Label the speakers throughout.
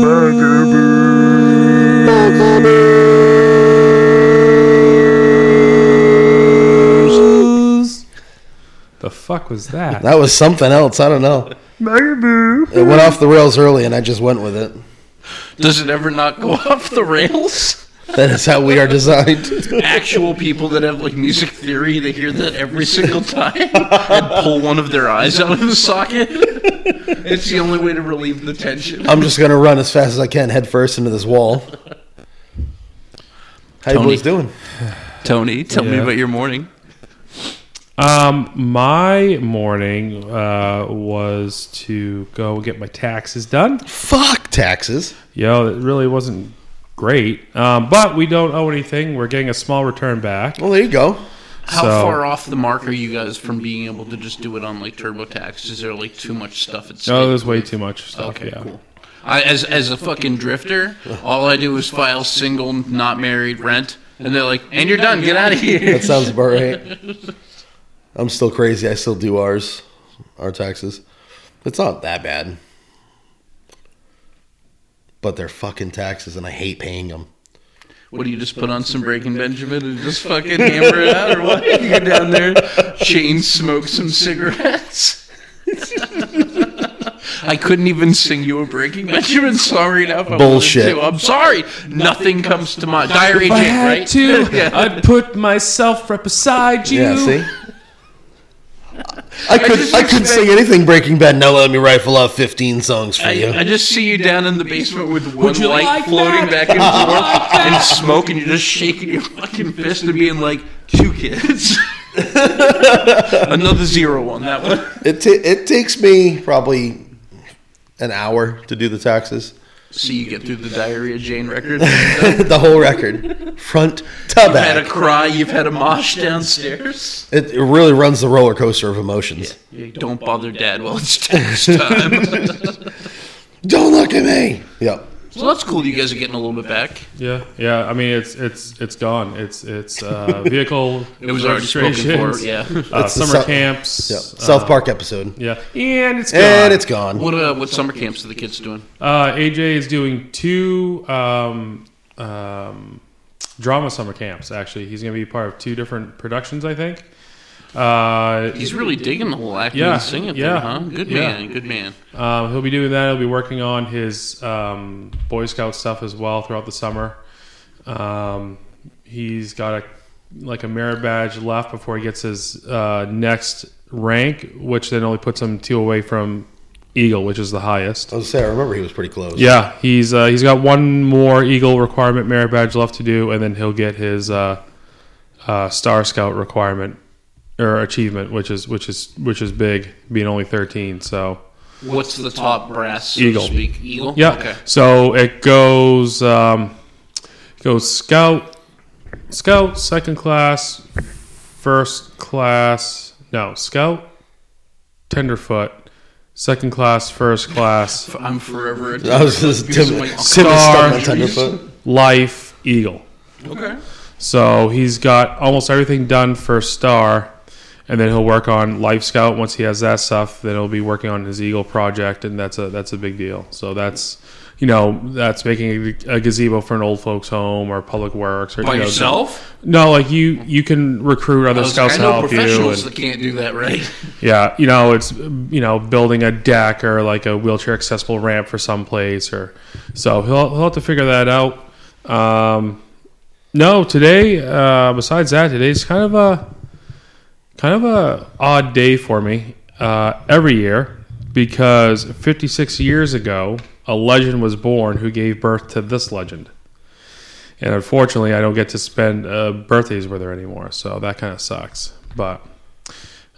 Speaker 1: Bugaboo. Bugaboos. The fuck was that?
Speaker 2: That was something else. I don't know. It went off the rails early, and I just went with it.
Speaker 3: Does it ever not go off the rails?
Speaker 2: That is how we are designed.
Speaker 3: Actual people that have like music theory, they hear that every single time and pull one of their eyes out of the socket. It's the only way to relieve the tension.
Speaker 2: I'm just gonna run as fast as I can, head first into this wall. How you
Speaker 3: Tony.
Speaker 2: boys doing?
Speaker 3: Tony, tell me
Speaker 1: Yeah.
Speaker 3: about your morning.
Speaker 1: Um, my morning uh, was to go get my taxes done.
Speaker 2: Fuck taxes.
Speaker 1: Yo, it really wasn't great, um, but we don't owe anything. We're getting a small return back.
Speaker 2: Well, there you go.
Speaker 3: How
Speaker 1: So-
Speaker 3: far off the mark are you guys from being able to just do it on like TurboTax? Is there like too much stuff at stake?
Speaker 1: Oh, there's way too much stuff.
Speaker 3: Okay,
Speaker 1: yeah.
Speaker 3: cool. I, as as a fucking drifter, all I do is file single, not married, rent, and they're like, "And you're done. Get out of here."
Speaker 2: That sounds about right. I'm still crazy. I still do ours, our taxes. It's not that bad, but they're fucking taxes, and I hate paying them.
Speaker 3: What do you just put on some Breaking Benjamin and just fucking hammer it out, or what? You go down there, chain smoke some cigarettes. I couldn't even sing you a Breaking Benjamin song right now. If I wanted
Speaker 2: Bullshit.
Speaker 3: to. I'm sorry. Nothing comes to mind. Diary
Speaker 1: If I
Speaker 3: Jane,
Speaker 1: had
Speaker 3: right?
Speaker 1: to,
Speaker 3: Yeah.
Speaker 1: I'd put myself right beside you.
Speaker 2: Yeah, see. I could
Speaker 3: just
Speaker 2: I, could
Speaker 3: expect-
Speaker 2: sing anything Breaking Bad. Now let me rifle off 15 songs for you.
Speaker 3: I, I just see you down in the basement with one
Speaker 1: you
Speaker 3: light
Speaker 1: like
Speaker 3: floating
Speaker 1: that?
Speaker 3: back and forth and smoke, and you're just shaking your fucking fist and being like, two kids. Another zero on that one.
Speaker 2: It ta it takes me probably an hour to do the taxes,
Speaker 3: See you get through the Diary of Jane record.
Speaker 2: the whole record, front to
Speaker 3: You've had a
Speaker 2: back.
Speaker 3: cry, you've had a mosh downstairs.
Speaker 2: It, it really runs the roller coaster of emotions.
Speaker 3: Don't bother dad while it's tax time.
Speaker 2: Don't look at me. Yep.
Speaker 3: so that's cool you guys are getting a little bit back.
Speaker 1: Yeah, yeah. I mean, it's it's it's gone. It's it's uh, vehicle.
Speaker 3: It was already spoken for,
Speaker 1: registrations,
Speaker 3: yeah.
Speaker 1: Uh,
Speaker 2: It's the
Speaker 1: summer
Speaker 2: Sou-
Speaker 1: camps.
Speaker 2: Yep.
Speaker 1: uh,
Speaker 2: South Park episode.
Speaker 1: Yeah, and it's gone.
Speaker 2: And it's gone.
Speaker 3: What, uh, what summer camps are the kids doing?
Speaker 1: Uh, AJ is doing two um, um, drama summer camps. Actually, he's going to be part of two different productions. I think. Uh,
Speaker 3: He's really digging the whole acting
Speaker 1: Yeah,
Speaker 3: and singing
Speaker 1: yeah,
Speaker 3: thing, huh? Good
Speaker 1: yeah.
Speaker 3: man, good man.
Speaker 1: um, he'll be doing that. He'll be working on his um, Boy Scout stuff as well throughout the summer. Um, he's got a like a merit badge left before he gets his uh, next rank, which then only puts him two away from Eagle, which is the highest.
Speaker 2: I was gonna say I remember he was pretty close.
Speaker 1: Yeah, he's uh, he's got one more Eagle requirement merit badge left to do, and then he'll get his uh, uh, Star Scout requirement or achievement, which is which is which is big, being only thirteen. So
Speaker 3: What's the top brass, so
Speaker 1: Eagle.
Speaker 3: to speak? Eagle?
Speaker 1: yeah,
Speaker 3: Okay.
Speaker 1: so it goes um, goes Scout, Scout, second class, first class. No, Scout, Tenderfoot, second class, first class,
Speaker 3: I'm forever a
Speaker 2: I was just Tim,
Speaker 3: Because of
Speaker 2: Tim
Speaker 3: my
Speaker 2: is stuck on Tenderfoot.
Speaker 1: life, Eagle.
Speaker 3: Okay.
Speaker 1: So he's got almost everything done for Star, and then he'll work on Life Scout once he has that stuff. Then he'll be working on his Eagle project, and that's a that's a big deal. So that's you know that's making a, a gazebo for an old folks home or public works or
Speaker 3: By
Speaker 1: you know,
Speaker 3: yourself?
Speaker 1: No, like you you can recruit
Speaker 3: I,
Speaker 1: other
Speaker 3: was, like,
Speaker 1: scouts
Speaker 3: I
Speaker 1: to
Speaker 3: know
Speaker 1: help you.
Speaker 3: professionals
Speaker 1: and-
Speaker 3: that can't do that right.
Speaker 1: yeah, you know it's you know building a deck or like a wheelchair accessible ramp for some place or so he'll he'll have to figure that out. Um, no, today. Uh, besides that, today's kind of a kind of a odd day for me uh, every year because 56 years ago, a legend was born who gave birth to this legend, and unfortunately, I don't get to spend uh, birthdays with her anymore. So that kind of sucks. But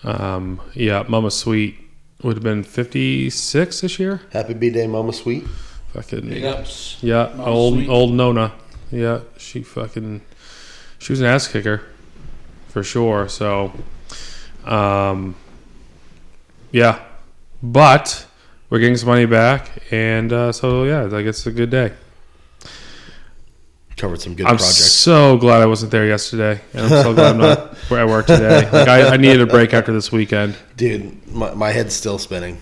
Speaker 1: um, yeah, Mama Sweet would have been 56 this year.
Speaker 2: Happy B Day, Mama Sweet.
Speaker 1: Fucking
Speaker 3: Yups.
Speaker 1: yeah,
Speaker 3: Mama
Speaker 1: old
Speaker 3: Sweet.
Speaker 1: old Nona. Yeah, she fucking she was an ass kicker for sure. So, um, yeah, but we're getting some money back, and uh, so yeah, I guess it's a good day.
Speaker 2: Covered some good
Speaker 1: I'm
Speaker 2: projects.
Speaker 1: so glad I wasn't there yesterday, and I'm so glad I'm not where I work today. Like I, I needed a break after this weekend.
Speaker 2: Dude, my, my head's still spinning.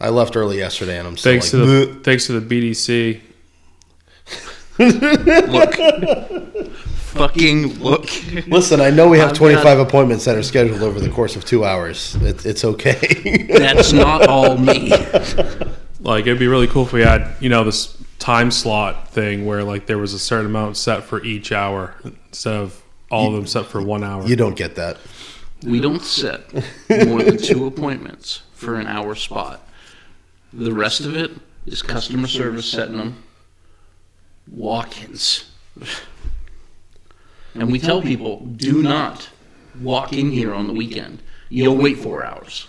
Speaker 2: I left early yesterday, and I'm still
Speaker 1: Thanks to
Speaker 2: like,
Speaker 1: the
Speaker 2: "Bleh."
Speaker 1: thanks to the BDC.
Speaker 3: Look. Fucking look.
Speaker 2: Listen, I know we have
Speaker 3: I'm
Speaker 2: 25 appointments that are scheduled over the course of two hours. It, it's okay.
Speaker 3: That's not all me.
Speaker 1: Like it'd be really cool if we had you know this time slot thing where like there was a certain amount set for each hour instead of all of them set for one hour.
Speaker 2: you don't get that.
Speaker 3: We don't set more than two appointments for an hour spot. The rest of it is customer service setting them walk ins. And we tell people do not walk in here on the weekend. You'll wait four hours.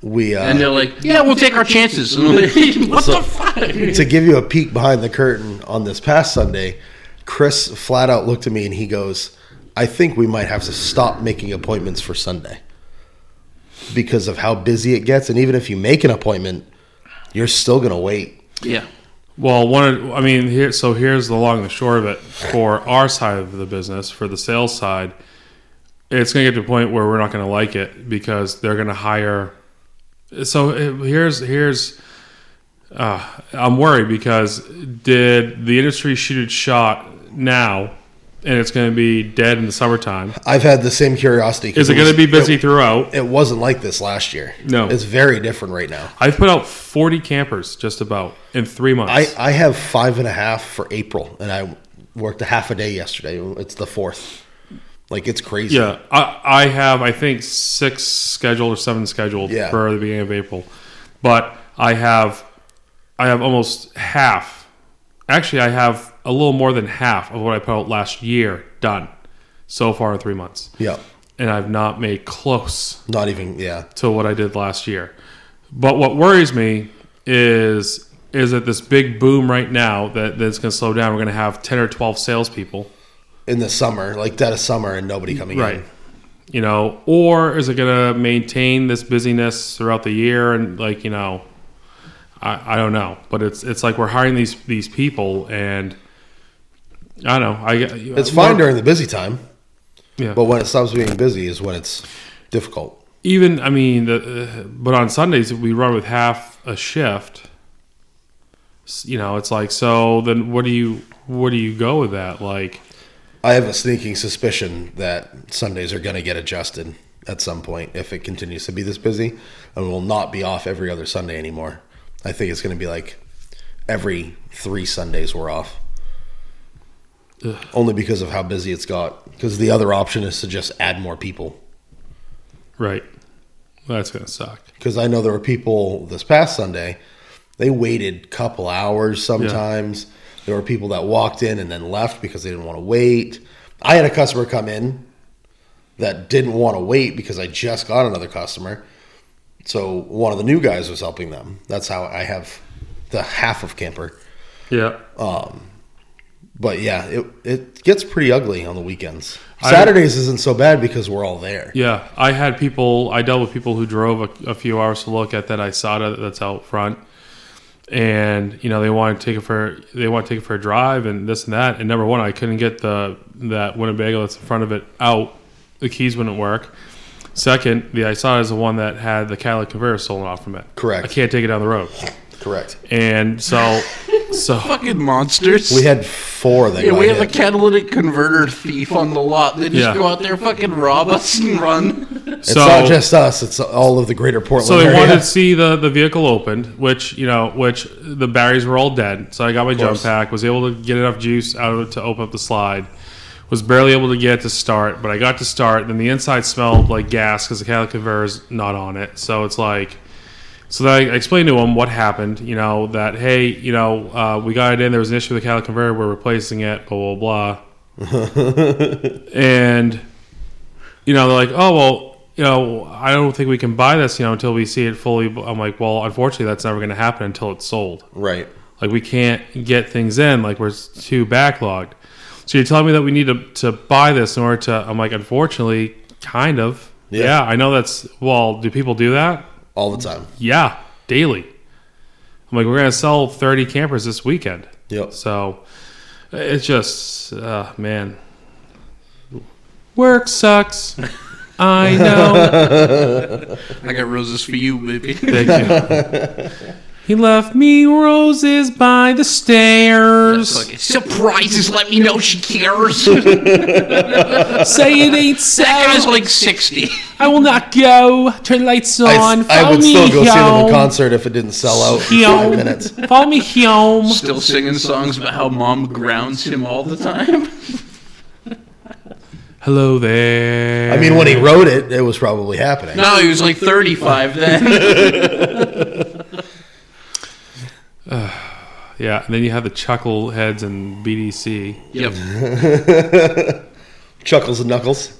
Speaker 2: We uh,
Speaker 3: And they're like, yeah, we'll take our chances. And I'm like, what the
Speaker 2: to
Speaker 3: fuck?
Speaker 2: give you a peek behind the curtain on this past Sunday, Chris flat out looked at me and he goes, I think we might have to stop making appointments for Sunday because of how busy it gets. And even if you make an appointment, you're still going to wait.
Speaker 3: Yeah.
Speaker 1: Well, one, I mean, here. So here's the long and the short of it for our side of the business, for the sales side. It's going to get to a point where we're not going to like it because they're going to hire. So eh, here's here's. Uh, I'm worried because did the industry shoot its shot now, and it's going to be dead in the summertime?
Speaker 2: I've had the same curiosity. 'cause
Speaker 1: Is it
Speaker 2: was-
Speaker 1: going to be busy
Speaker 2: It,
Speaker 1: throughout?
Speaker 2: it wasn't like this last year.
Speaker 1: No.
Speaker 2: It's very different right now.
Speaker 1: I've put out 40 campers just about in three months.
Speaker 2: I, I have five and a half for April, and I worked a half a day yesterday. It's the fourth. Like, it's crazy.
Speaker 1: Yeah, I, I have I think six scheduled or seven scheduled
Speaker 2: Yeah.
Speaker 1: for the beginning of April, but I have I have almost half. Actually, I have a little more than half of what I put out last year done so far in three months,
Speaker 2: Yeah.
Speaker 1: and I've not made close
Speaker 2: Not even, yeah.
Speaker 1: to what I did last year. But what worries me is is that this big boom right now that that's going to slow down. We're going to have ten or twelve salespeople.
Speaker 2: in the summer, like dead of summer, and nobody coming
Speaker 1: right
Speaker 2: in.
Speaker 1: you know or is it going to maintain this busyness throughout the year and like you know I, I don't know but it's it's like we're hiring these these people and i don't know i
Speaker 2: It's fine during the busy time,
Speaker 1: yeah.
Speaker 2: but when it stops being busy is when it's difficult.
Speaker 1: even i mean the, uh, but on sundays we run with half a shift S- you know it's like so then what do you what do you go with that like
Speaker 2: I have a sneaking suspicion that Sundays are going to get adjusted at some point if it continues to be this busy, and we will not be off every other Sunday anymore. I think it's going to be like every three Sundays we're off. Only because of how busy it's got. Because the other option is to just add more people.
Speaker 1: right that's going to suck
Speaker 2: because I know there were people this past Sunday. They waited couple hours sometimes. There were people that walked in and then left because they didn't want to wait. I had a customer come in that didn't want to wait because I just got another customer. So one of the new guys was helping them. That's how I have the half of camper.
Speaker 1: yeah
Speaker 2: But yeah, it it gets pretty ugly on the weekends.
Speaker 1: I-
Speaker 2: Saturdays isn't so bad because we're all there.
Speaker 1: Yeah, I had people. I dealt with people who drove a, a few hours to look at that ISATA that's out front, and you know they want to take it for they want to take it for a drive and this and that. And number one, I couldn't get the that Winnebago that's in front of it out. The keys wouldn't work. Second, the ISATA is the one that had the catalytic converter stolen off from it.
Speaker 2: Correct.
Speaker 1: I can't take it down the road,
Speaker 2: Correct.
Speaker 1: and so so
Speaker 3: Fucking monsters.
Speaker 2: We had four that
Speaker 3: yeah,
Speaker 2: got
Speaker 3: we have a
Speaker 2: hit.
Speaker 3: catalytic converter thief on the lot. They just
Speaker 1: Yeah.
Speaker 3: go out there, fucking rob us, and run.
Speaker 2: It's not just us; it's all of the greater Portland.
Speaker 1: So they
Speaker 2: area.
Speaker 1: wanted to see the, the vehicle opened, which you know, which the batteries were all dead. So I got my jump
Speaker 2: course.
Speaker 1: pack, was able to get enough juice out of it to open up the slide. Was barely able to get it to start, but I got to start. Then the inside smelled like gas because the catalytic converter's not on it. So it's like, so then I explained to him what happened. You know that hey, you know uh, we got it in. There was an issue with the catalytic converter. We're replacing it. Blah blah blah. and you know, they're like, oh well, you know, I don't think we can buy this, you know, until we see it fully. I'm like, well, unfortunately, that's never going to happen until it's sold.
Speaker 2: Right.
Speaker 1: Like, we can't get things in. Like, we're too backlogged. So you're telling me that we need to, to buy this in order to? I'm like, unfortunately, kind of.
Speaker 2: Yeah.
Speaker 1: yeah, I know that's. Well, do people do that?
Speaker 2: All the time.
Speaker 1: Yeah, daily. I'm like, we're going to sell 30 campers this weekend.
Speaker 2: Yep.
Speaker 1: So it's just, uh, man, work sucks. I know.
Speaker 3: I got roses for you, baby.
Speaker 1: Thank you. He left me roses by the
Speaker 3: It's
Speaker 1: stairs.
Speaker 3: like, Surprises, let me know she cares.
Speaker 1: Say it ain't
Speaker 3: I was
Speaker 1: so.
Speaker 3: like 60.
Speaker 1: I will not go. Turn lights
Speaker 2: I,
Speaker 1: on.
Speaker 2: I
Speaker 1: Follow
Speaker 2: would
Speaker 1: me
Speaker 2: still go see them in
Speaker 1: home.
Speaker 2: concert if it didn't sell out in
Speaker 1: Yo.
Speaker 2: five minutes.
Speaker 1: Follow me home.
Speaker 3: Still singing songs about how mom grounds him all the time.
Speaker 1: Hello there.
Speaker 2: I mean, when he wrote it, it was probably happening.
Speaker 3: No, he was like 35 then.
Speaker 1: yeah, and then you have the chuckle heads and BDC.
Speaker 3: yep.
Speaker 2: Chuckles and Knuckles.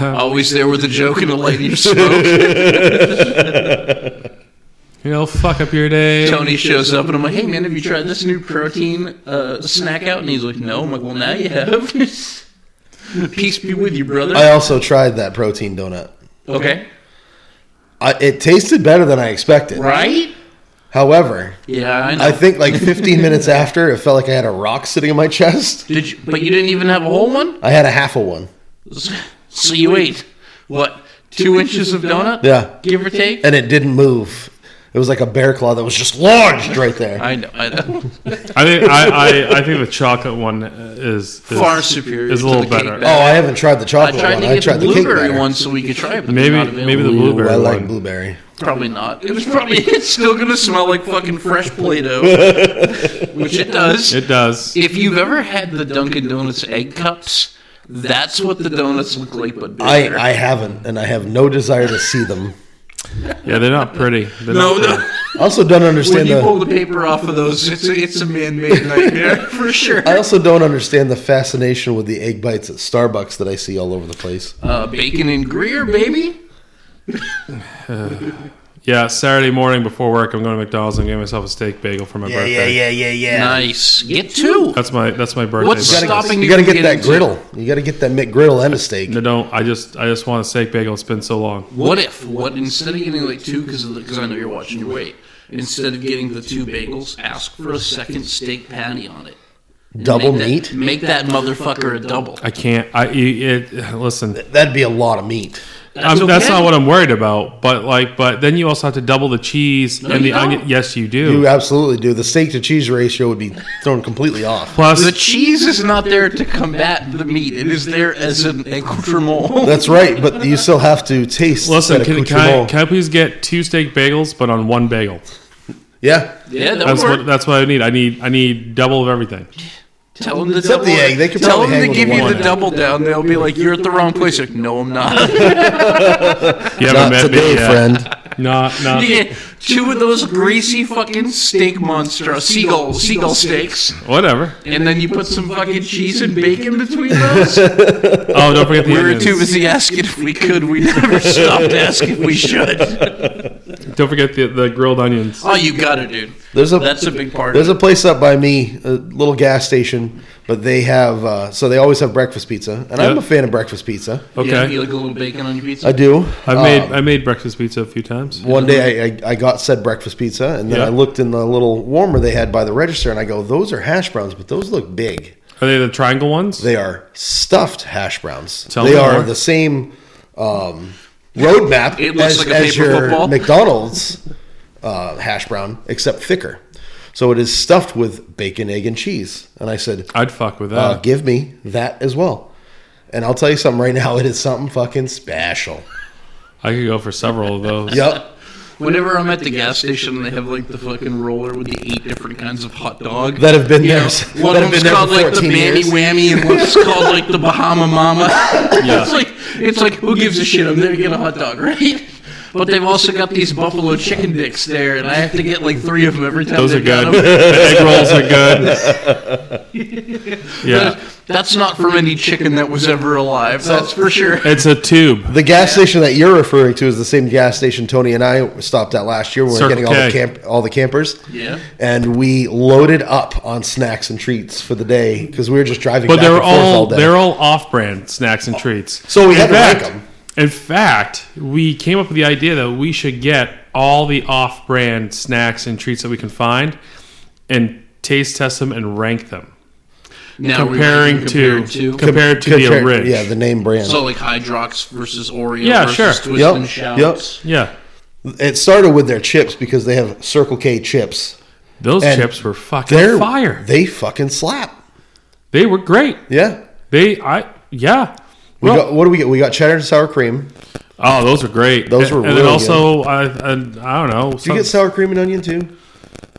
Speaker 3: Always there with a joke and a lady of smoke.
Speaker 1: You know, fuck up your day.
Speaker 3: Tony shows up and I'm like, hey man, have you tried this new protein uh, snack out? And he's like, no. I'm like, well, now you have. Peace be with you, brother.
Speaker 2: I also tried that protein donut.
Speaker 3: Okay.
Speaker 2: I, it tasted better than I expected.
Speaker 3: Right?
Speaker 2: However,
Speaker 3: Yeah, I know.
Speaker 2: I think like 15 minutes after, it felt like I had a rock sitting in my chest.
Speaker 3: Did you, but you didn't even have a whole one?
Speaker 2: I had a half a one.
Speaker 3: So you ate, what, two inches of donut?
Speaker 2: Yeah.
Speaker 3: Give or take?
Speaker 2: And it didn't move. It was like a bear claw that was just lodged right there.
Speaker 3: I know, I know.
Speaker 1: I think I, I, I think the chocolate one is, is
Speaker 3: Far superior
Speaker 1: Is a
Speaker 3: to
Speaker 1: little
Speaker 3: the cake
Speaker 1: better.
Speaker 2: Oh,
Speaker 3: batter.
Speaker 2: I haven't tried the
Speaker 3: I
Speaker 2: chocolate
Speaker 3: tried
Speaker 2: one.
Speaker 3: to
Speaker 2: I
Speaker 3: get
Speaker 2: tried
Speaker 3: the
Speaker 2: the cake
Speaker 3: blueberry
Speaker 2: batter.
Speaker 3: one so we could try it, but
Speaker 1: Maybe-
Speaker 3: they're not available.
Speaker 1: maybe the
Speaker 2: Ooh,
Speaker 1: blueberry
Speaker 2: I like
Speaker 1: one.
Speaker 2: blueberry.
Speaker 3: Probably not. It was probably it's still gonna smell like fucking fresh Play-Doh, which it does.
Speaker 1: It does.
Speaker 3: if you've ever had the Dunkin' Donuts egg cups, that's what the donuts look like, but
Speaker 2: I,
Speaker 3: bigger.
Speaker 2: I haven't, and I have no desire to see them.
Speaker 1: Yeah, they're not pretty. They're
Speaker 3: no,
Speaker 1: not pretty.
Speaker 3: no.
Speaker 2: I also don't
Speaker 3: When
Speaker 2: understand
Speaker 3: you pull
Speaker 2: the.
Speaker 3: the paper off of those, it's a, it's a man-made nightmare for sure.
Speaker 2: I also don't understand the fascination with the egg bites at Starbucks that I see all over the place.
Speaker 3: Uh, bacon and Greer, baby.
Speaker 1: Yeah, Saturday morning before work, I'm going to McDonald's and getting myself a steak bagel for my birthday.
Speaker 2: yeah, yeah.
Speaker 3: Nice. Get two.
Speaker 1: That's my that's my birthday.
Speaker 3: What's
Speaker 1: breakfast.
Speaker 3: stop- Stopping
Speaker 2: you
Speaker 3: you
Speaker 2: gotta
Speaker 3: from
Speaker 2: get that
Speaker 3: getting to-
Speaker 2: griddle. You gotta get that McGriddle and a steak.
Speaker 1: No, don't. I just I just want a steak bagel. It's been so long.
Speaker 3: What if? What instead of getting like two because because I know you're watching your weight. Instead of getting the two bagels, ask for a second steak patty on it.
Speaker 2: Double
Speaker 3: Make that-
Speaker 2: meat?
Speaker 3: make that motherfucker a double.
Speaker 1: I can't. I it, it- listen.
Speaker 2: That'd be a lot of meat.
Speaker 1: I'm,
Speaker 3: That's,
Speaker 1: that's not what I'm worried about. But like, but then you also have to double the cheese and the
Speaker 3: you don't.
Speaker 1: onion. Yes, you do.
Speaker 2: You absolutely do. The steak to cheese ratio would be thrown completely off.
Speaker 1: Plus,
Speaker 3: The cheese is not there to combat the meat. It is there as an accoutrement.
Speaker 2: That's right, but you still have to taste.
Speaker 1: listen.
Speaker 2: that
Speaker 1: Can, can, I,
Speaker 2: accoutrement.
Speaker 1: can I please get two steak bagels, but on one bagel?
Speaker 2: yeah,
Speaker 3: yeah, that
Speaker 1: That's
Speaker 3: would
Speaker 1: what
Speaker 3: work.
Speaker 1: that's what I need. I need I need double of everything.
Speaker 3: Tell them to
Speaker 2: Except
Speaker 3: double.
Speaker 2: the egg. They could
Speaker 3: tell
Speaker 2: probably hang
Speaker 3: them to give
Speaker 2: with
Speaker 3: you
Speaker 2: one.
Speaker 3: the double down. They'll be like, "You're at the wrong place." Like, no, I'm not.
Speaker 1: You haven't
Speaker 2: not
Speaker 1: met me
Speaker 2: today,
Speaker 1: yet.
Speaker 2: friend.
Speaker 1: Not not.
Speaker 3: You get two of those greasy fucking steak monsters, seagull seagull steaks,
Speaker 1: Whatever.
Speaker 3: and then you put some fucking cheese and bacon between those.
Speaker 1: Oh, don't forget the
Speaker 3: We were
Speaker 1: onions.
Speaker 3: too busy asking if we could. We never stopped asking if we should.
Speaker 1: Don't forget the, the grilled onions.
Speaker 3: Oh, you got it, dude.
Speaker 2: There's a
Speaker 3: That's a big part.
Speaker 2: There's a place up by me, a little gas station, but they have uh, so they always have breakfast pizza, and I'm
Speaker 1: Yeah.
Speaker 2: a fan of breakfast pizza.
Speaker 3: Yeah,
Speaker 1: Okay.
Speaker 3: you like a little bacon on your pizza.
Speaker 2: I do.
Speaker 1: I've made
Speaker 2: Um,
Speaker 1: I made breakfast pizza a few times.
Speaker 2: one day I, I, I got said breakfast pizza, and then
Speaker 1: Yeah.
Speaker 2: I looked in the little warmer they had by the register, and I go, "Those are hash browns, but those look big.
Speaker 1: Are they the triangle ones?
Speaker 2: They are stuffed hash browns.
Speaker 1: Tell
Speaker 2: they
Speaker 1: me
Speaker 2: are
Speaker 1: more.
Speaker 2: the same um, roadmap
Speaker 3: It looks
Speaker 2: as,
Speaker 3: like a
Speaker 2: as
Speaker 3: paper
Speaker 2: your
Speaker 3: football.
Speaker 2: McDonald's uh, hash brown, except thicker. So it is stuffed with bacon, egg, and cheese. And I said,
Speaker 1: I'd fuck with that.
Speaker 2: uh, give me that as well. And I'll tell you something right now, it is something fucking special.
Speaker 1: I could go for several of those.
Speaker 2: Yep.
Speaker 3: Whenever I'm at the gas station, and they have like the fucking roller with the eight different kinds of hot dog.
Speaker 2: That have been
Speaker 3: You
Speaker 2: there.
Speaker 3: know,
Speaker 2: s-
Speaker 3: one
Speaker 2: that have been
Speaker 3: of them's
Speaker 2: there
Speaker 3: called
Speaker 2: for
Speaker 3: like the
Speaker 2: 14
Speaker 3: Mammy
Speaker 2: years.
Speaker 3: Whammy, and one's called like the Bahama Mama. it's like it's like who gives a shit? I'm there to get a hot dog, right? But they've also got these buffalo chicken dicks there, and I have to get like three of them every time.
Speaker 1: Those are
Speaker 3: they've got
Speaker 1: good.
Speaker 3: 'em.
Speaker 1: the egg rolls are good. Yeah.
Speaker 3: That's not from any chicken that was ever alive. That's for sure.
Speaker 1: It's a tube.
Speaker 2: The gas station that you're referring to is the same gas station Tony and I stopped at last year when we were
Speaker 1: Circle
Speaker 2: getting all the
Speaker 1: K.
Speaker 2: camp all the campers.
Speaker 3: Yeah.
Speaker 2: And we loaded up on snacks and treats for the day because we were just driving.
Speaker 1: But
Speaker 2: back
Speaker 1: they're
Speaker 2: and forth
Speaker 1: all,
Speaker 2: all day. Oh.
Speaker 1: they're all off-brand snacks and treats.
Speaker 2: So we
Speaker 1: in
Speaker 2: had to rank
Speaker 1: fact,
Speaker 2: 'em.
Speaker 1: In fact, we came up with the idea that we should get all the off-brand snacks and treats that we can find and taste test them and rank them.
Speaker 3: Now we're
Speaker 1: comparing to
Speaker 3: compared to-
Speaker 1: compared to
Speaker 2: Compare-
Speaker 1: the Ridge.
Speaker 2: Yeah, the name brand.
Speaker 3: So like Hydrox versus Oreo
Speaker 1: Yeah,
Speaker 3: versus
Speaker 1: sure.
Speaker 3: Twist
Speaker 2: Yep,
Speaker 3: and Shouts.
Speaker 2: yep.
Speaker 1: Yeah.
Speaker 2: it started with their chips because they have Circle K chips.
Speaker 1: Those
Speaker 2: And
Speaker 1: chips were fucking
Speaker 2: They're
Speaker 1: fire.
Speaker 2: They fucking slap.
Speaker 1: They were great.
Speaker 2: Yeah.
Speaker 1: They I yeah.
Speaker 2: We
Speaker 1: Well,
Speaker 2: got what do we get? We got cheddar and sour cream.
Speaker 1: oh, those were great.
Speaker 2: Those were
Speaker 1: and,
Speaker 2: really
Speaker 1: then also I, I I don't know
Speaker 2: Do you
Speaker 1: some,
Speaker 2: get sour cream and onion too?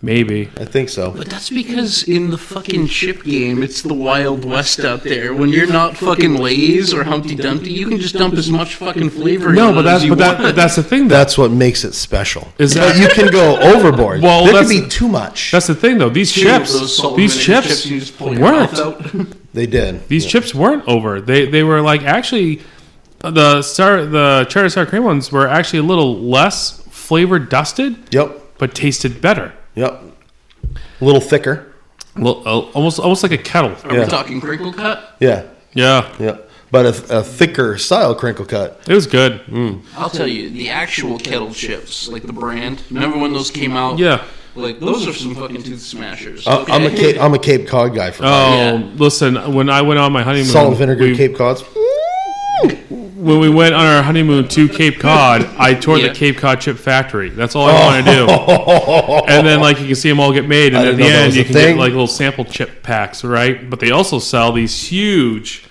Speaker 1: maybe
Speaker 2: I think so.
Speaker 3: But that's because in the fucking chip game, it's the Wild West out there. When you're not fucking Lay's or Humpty Dumpty, you can just dump as much fucking flavor.
Speaker 1: no,
Speaker 3: in
Speaker 1: but
Speaker 3: it as
Speaker 1: that's
Speaker 3: you
Speaker 1: but that
Speaker 3: want.
Speaker 1: that's the thing though.
Speaker 2: That's what makes it special.
Speaker 1: Is
Speaker 2: But
Speaker 1: that-
Speaker 2: you can go overboard.
Speaker 1: Well,
Speaker 2: there could
Speaker 1: that's-
Speaker 2: be too much.
Speaker 1: That's the thing though. These
Speaker 3: Two of those
Speaker 1: chips,
Speaker 3: salt
Speaker 1: these
Speaker 3: and vinegar
Speaker 1: chips,
Speaker 3: you just pull your
Speaker 1: weren't.
Speaker 3: mouth out.
Speaker 2: They did.
Speaker 1: These chips weren't over. They they were like actually the star the cheddar sour cream ones were actually a little less flavor dusted,
Speaker 2: Yep.
Speaker 1: but tasted better.
Speaker 2: Yep. A little thicker.
Speaker 1: Well, uh, almost almost like a kettle.
Speaker 3: Are
Speaker 2: Yeah.
Speaker 3: we talking crinkle cut?
Speaker 2: Yeah.
Speaker 1: Yeah,
Speaker 2: Yep. But a, a thicker style crinkle cut.
Speaker 1: it was good. Um,
Speaker 3: I'll tell you, the actual kettle chips, like the brand. Remember when those came out?
Speaker 1: Yeah. Uh,
Speaker 3: Like those are some fucking tooth smashers.
Speaker 2: I- I'm a
Speaker 3: okay?
Speaker 2: Cape, I'm a Cape Cod guy for
Speaker 1: Oh,
Speaker 3: Yeah.
Speaker 1: listen! When I went on my honeymoon,
Speaker 2: salt and vinegar
Speaker 1: we-
Speaker 2: Cape Cods.
Speaker 1: when we went on our honeymoon to Cape Cod, I toured
Speaker 3: Yeah.
Speaker 1: the Cape Cod chip factory. That's all I
Speaker 2: Oh.
Speaker 1: want to do. And then, like, you can see them all get made, and
Speaker 2: I
Speaker 1: at
Speaker 2: didn't
Speaker 1: the
Speaker 2: know that
Speaker 1: end,
Speaker 2: was
Speaker 1: you
Speaker 2: a
Speaker 1: can
Speaker 2: thing.
Speaker 1: get like little sample chip packs, right? But they also sell these huge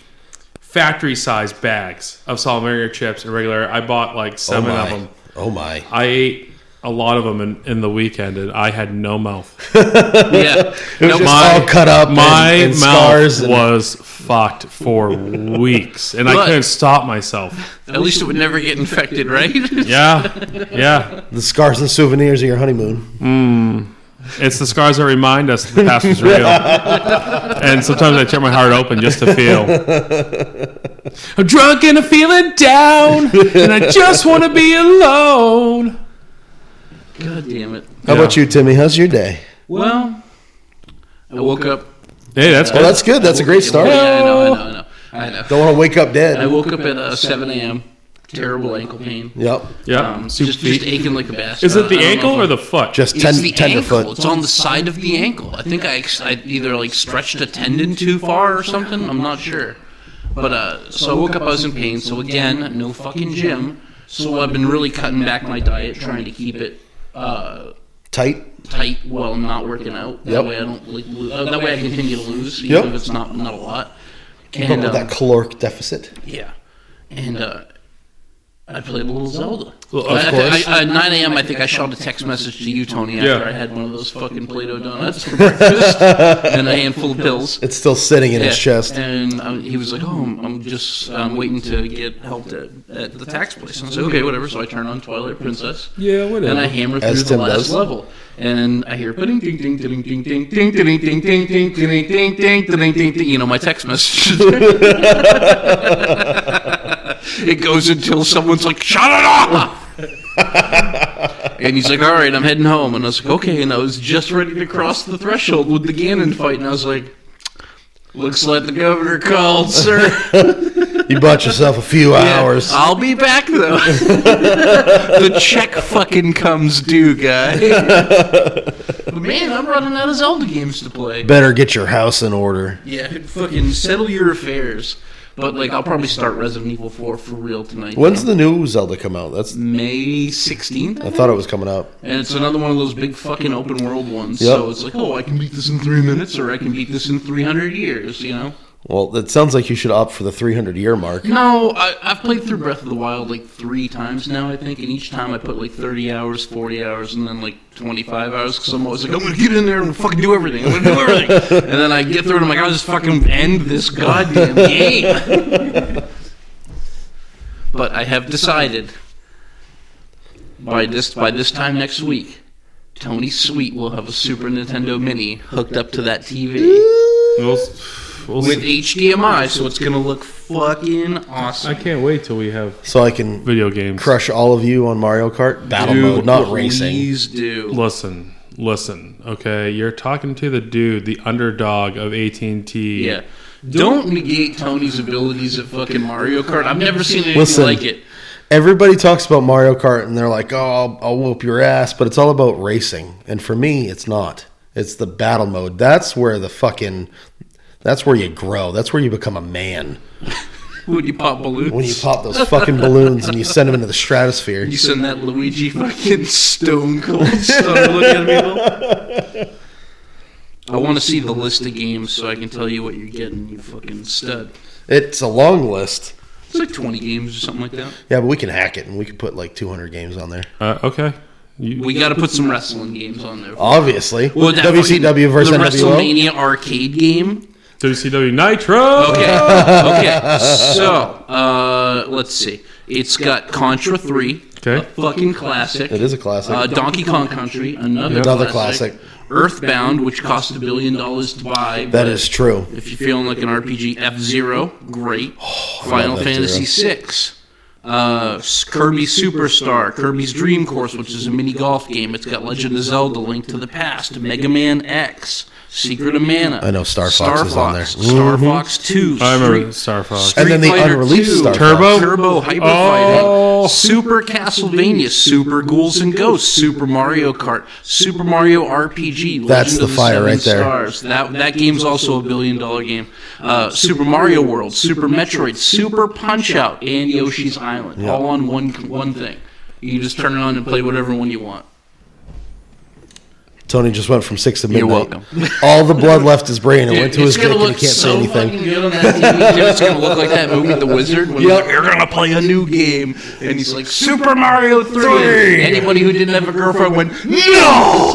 Speaker 1: factory-sized bags of salt and vinegar chips and regular. I bought like
Speaker 2: Oh
Speaker 1: seven of
Speaker 2: my.
Speaker 1: them.
Speaker 2: Oh my.
Speaker 1: I ate a lot of them in, in the weekend, and I had no mouth.
Speaker 3: Yeah.
Speaker 2: It was
Speaker 3: Nope.
Speaker 2: just all cut up. and-
Speaker 1: My
Speaker 2: and,
Speaker 1: mouth
Speaker 2: scars and-
Speaker 1: was fucked for weeks, and I
Speaker 3: But-
Speaker 1: couldn't stop myself.
Speaker 3: At least it would never get infected, right?
Speaker 1: Yeah, yeah.
Speaker 2: the scars and souvenirs of your honeymoon.
Speaker 1: It's the scars that remind us that the past was real. and sometimes I tear my heart open just to feel. I'm drunk and I'm feeling down, and I just want to be alone.
Speaker 3: God damn it.
Speaker 2: How
Speaker 1: Yeah.
Speaker 2: about you, Timmy? How's your day?
Speaker 3: Well, I woke up.
Speaker 1: Hey, that's
Speaker 2: Well,
Speaker 1: good.
Speaker 2: that's good. That's a great start.
Speaker 3: Yeah, I know, I know, I know. I know.
Speaker 2: Don't want to wake up
Speaker 3: I
Speaker 2: dead.
Speaker 3: woke up at uh, 7 a.m. Terrible ankle pain.
Speaker 2: Yep.
Speaker 1: Yeah,
Speaker 3: Um,
Speaker 1: soup
Speaker 3: just, just
Speaker 1: feet.
Speaker 3: aching like a bastard.
Speaker 1: Is it the
Speaker 3: I don't know
Speaker 1: ankle
Speaker 3: if
Speaker 1: or
Speaker 3: I'm-
Speaker 1: the foot?
Speaker 2: Just
Speaker 3: It's
Speaker 2: ten,
Speaker 3: the ankle.
Speaker 2: tenderfoot.
Speaker 3: It's on the side of the ankle. I think I, ex- I either like stretched a tendon too far or something. I'm not sure. But uh, so I woke up. I was in pain. So again, no fucking gym. So I've been really cutting back my diet, trying to keep it. Uh,
Speaker 2: Tight.
Speaker 3: tight while I'm not working out. That
Speaker 2: Yep.
Speaker 3: way I don't like lose. Uh, that way I continue to lose, even
Speaker 2: Yep.
Speaker 3: if it's not not a lot.
Speaker 2: But
Speaker 3: And
Speaker 2: with
Speaker 3: um,
Speaker 2: that caloric deficit.
Speaker 3: yeah, and uh, I played a little Zelda.
Speaker 1: Well, of
Speaker 3: I- I thi-
Speaker 1: course.
Speaker 3: I, at 9 a.m. I think I shot a text message to you, Tony, after
Speaker 1: Yeah.
Speaker 3: I had one of those fucking Play-Doh donuts for breakfast and a handful of pills.
Speaker 2: It's still sitting in his
Speaker 3: Yeah,
Speaker 2: chest.
Speaker 3: And um, he was like, "Oh, I'm, I'm just I'm waiting to get help at, at the tax place." And I said, "Okay, whatever." So I turn on Twilight Princess.
Speaker 1: Yeah, whatever.
Speaker 3: And I hammer through
Speaker 2: As
Speaker 3: the
Speaker 2: Tim
Speaker 3: last
Speaker 2: does.
Speaker 3: level, and I hear ding ding ding ding ding ding ding ding ding ding ding ding ding ding ding ding ding. You know my text message. It goes until someone's like, "Shut it off." And he's like, all right, I'm heading home. And I was like, okay. And I was just ready to cross the threshold with the Ganon fight. And I was like, looks like the governor called, sir.
Speaker 2: You bought yourself a few hours.
Speaker 3: I'll be back, though. the check fucking comes due, guy. but man, I'm running out of Zelda games to play.
Speaker 2: Better get your house in order.
Speaker 3: Yeah, fucking settle your affairs. But, like, I'll probably start Resident Evil 4 for real tonight.
Speaker 2: When's the new Zelda come out? That's
Speaker 3: May 16th?
Speaker 2: I thought it was coming up.
Speaker 3: And it's another one of those big fucking open world ones.
Speaker 2: Yep.
Speaker 3: So it's like, oh, I can beat this in three minutes, or I can beat this in 300 years, you know?
Speaker 2: Well, it sounds like you should opt for the 300 year mark.
Speaker 3: No, I, I've played through Breath of the Wild like three times now, I think, and each time I put like 30 hours, 40 hours, and then like 25 hours, because I'm always like, I'm going to get in there and fucking do everything. I'm going to do everything. and then I get through it, and I'm like, I'll just fucking end this goddamn game. but I have decided by this, by this time next week, Tony Sweet will have a Super Nintendo Mini hooked up to that TV
Speaker 1: We'll s- we'll
Speaker 3: with
Speaker 1: s-
Speaker 3: HDMI, so it's going to look fucking awesome.
Speaker 1: I can't wait till we have
Speaker 2: So I can
Speaker 1: video games.
Speaker 2: crush all of you on Mario Kart battle
Speaker 3: Dude,
Speaker 2: mode, not racing.
Speaker 3: Please do.
Speaker 1: Listen, listen. Okay, you're talking to the dude, the underdog of AT and T.
Speaker 3: Yeah. Don't negate Tony's abilities at fucking Mario Kart. I've never seen anything
Speaker 2: Listen.
Speaker 3: like it.
Speaker 2: Everybody talks about Mario Kart and they're like, "Oh, I'll, I'll whoop your ass," but it's all about racing. And for me, it's not. It's the battle mode. That's where the fucking That's where you grow. That's where you become a man.
Speaker 3: When you pop balloons,
Speaker 2: When you pop those fucking balloons and you send them into the stratosphere.
Speaker 3: you send that Luigi fucking stone cold stunner look at people. I want to see the list of games so I can tell you what you're getting. You fucking stud.
Speaker 2: It's a long list.
Speaker 3: It's like 20 games or something like that.
Speaker 2: Yeah, but we can hack it and we can put like 200 games on there.
Speaker 1: Uh, okay. You,
Speaker 3: We got to put some wrestling games on
Speaker 2: Uh,
Speaker 3: there.
Speaker 2: Obviously.
Speaker 3: Well, that
Speaker 2: WCW
Speaker 3: fucking-
Speaker 2: versus
Speaker 3: the
Speaker 2: NWO.
Speaker 3: WrestleMania arcade game.
Speaker 1: WCW Nitro.
Speaker 3: Okay. okay. So, uh, let's see. It's got Contra 3.
Speaker 1: Okay.
Speaker 3: A fucking classic.
Speaker 2: It is a classic.
Speaker 3: Uh, Donkey Kong Country, another,
Speaker 2: Another
Speaker 3: classic.
Speaker 2: classic.
Speaker 3: Earthbound, which cost a billion dollars to buy.
Speaker 2: that
Speaker 3: but
Speaker 2: is true.
Speaker 3: If you're feeling like an RPG, F Zero, great. Final
Speaker 2: love
Speaker 3: Fantasy VI, uh, S- Kirby Superstar, Kirby's Dream Course, which is a mini golf game. It's got Legend of Zelda, Link to the Past, Mega Man X, Secret of Mana.
Speaker 2: I know Star
Speaker 3: Star
Speaker 2: Fox is on
Speaker 3: Fox,
Speaker 2: there.
Speaker 3: Star Fox Two.
Speaker 1: I remember
Speaker 3: Street-
Speaker 1: Star Fox.
Speaker 2: Mm-hmm. And then the
Speaker 3: Street Fighter
Speaker 2: unreleased
Speaker 3: 2,
Speaker 2: Star Fox.
Speaker 1: Turbo?
Speaker 3: Turbo Hyper
Speaker 1: Oh.
Speaker 3: Fighting, Super Castlevania, Super Ghouls and Ghosts, Super Mario Kart, Super Mario RPG.
Speaker 2: That's
Speaker 3: Legend
Speaker 2: the
Speaker 3: of
Speaker 2: fire
Speaker 3: Seven
Speaker 2: right there.
Speaker 3: Stars. That that game's also a billion dollar game. Uh, Super Mario World, Super Metroid, Super Punch Out, and Yoshi's Island, all on one one thing. You can just turn it on and play whatever one you want.
Speaker 2: Tony just went from six to midnight.
Speaker 3: welcome.
Speaker 2: All the blood left his brain and went to
Speaker 3: Dude,
Speaker 2: his dick and he can't say
Speaker 3: fucking
Speaker 2: anything.
Speaker 3: good on that TV. dude. It's gonna look like that movie, The Wizard, when he's like, "You're gonna play a new game," and he's like, "Super Mario 3. Anybody who didn't have a girlfriend went, "No."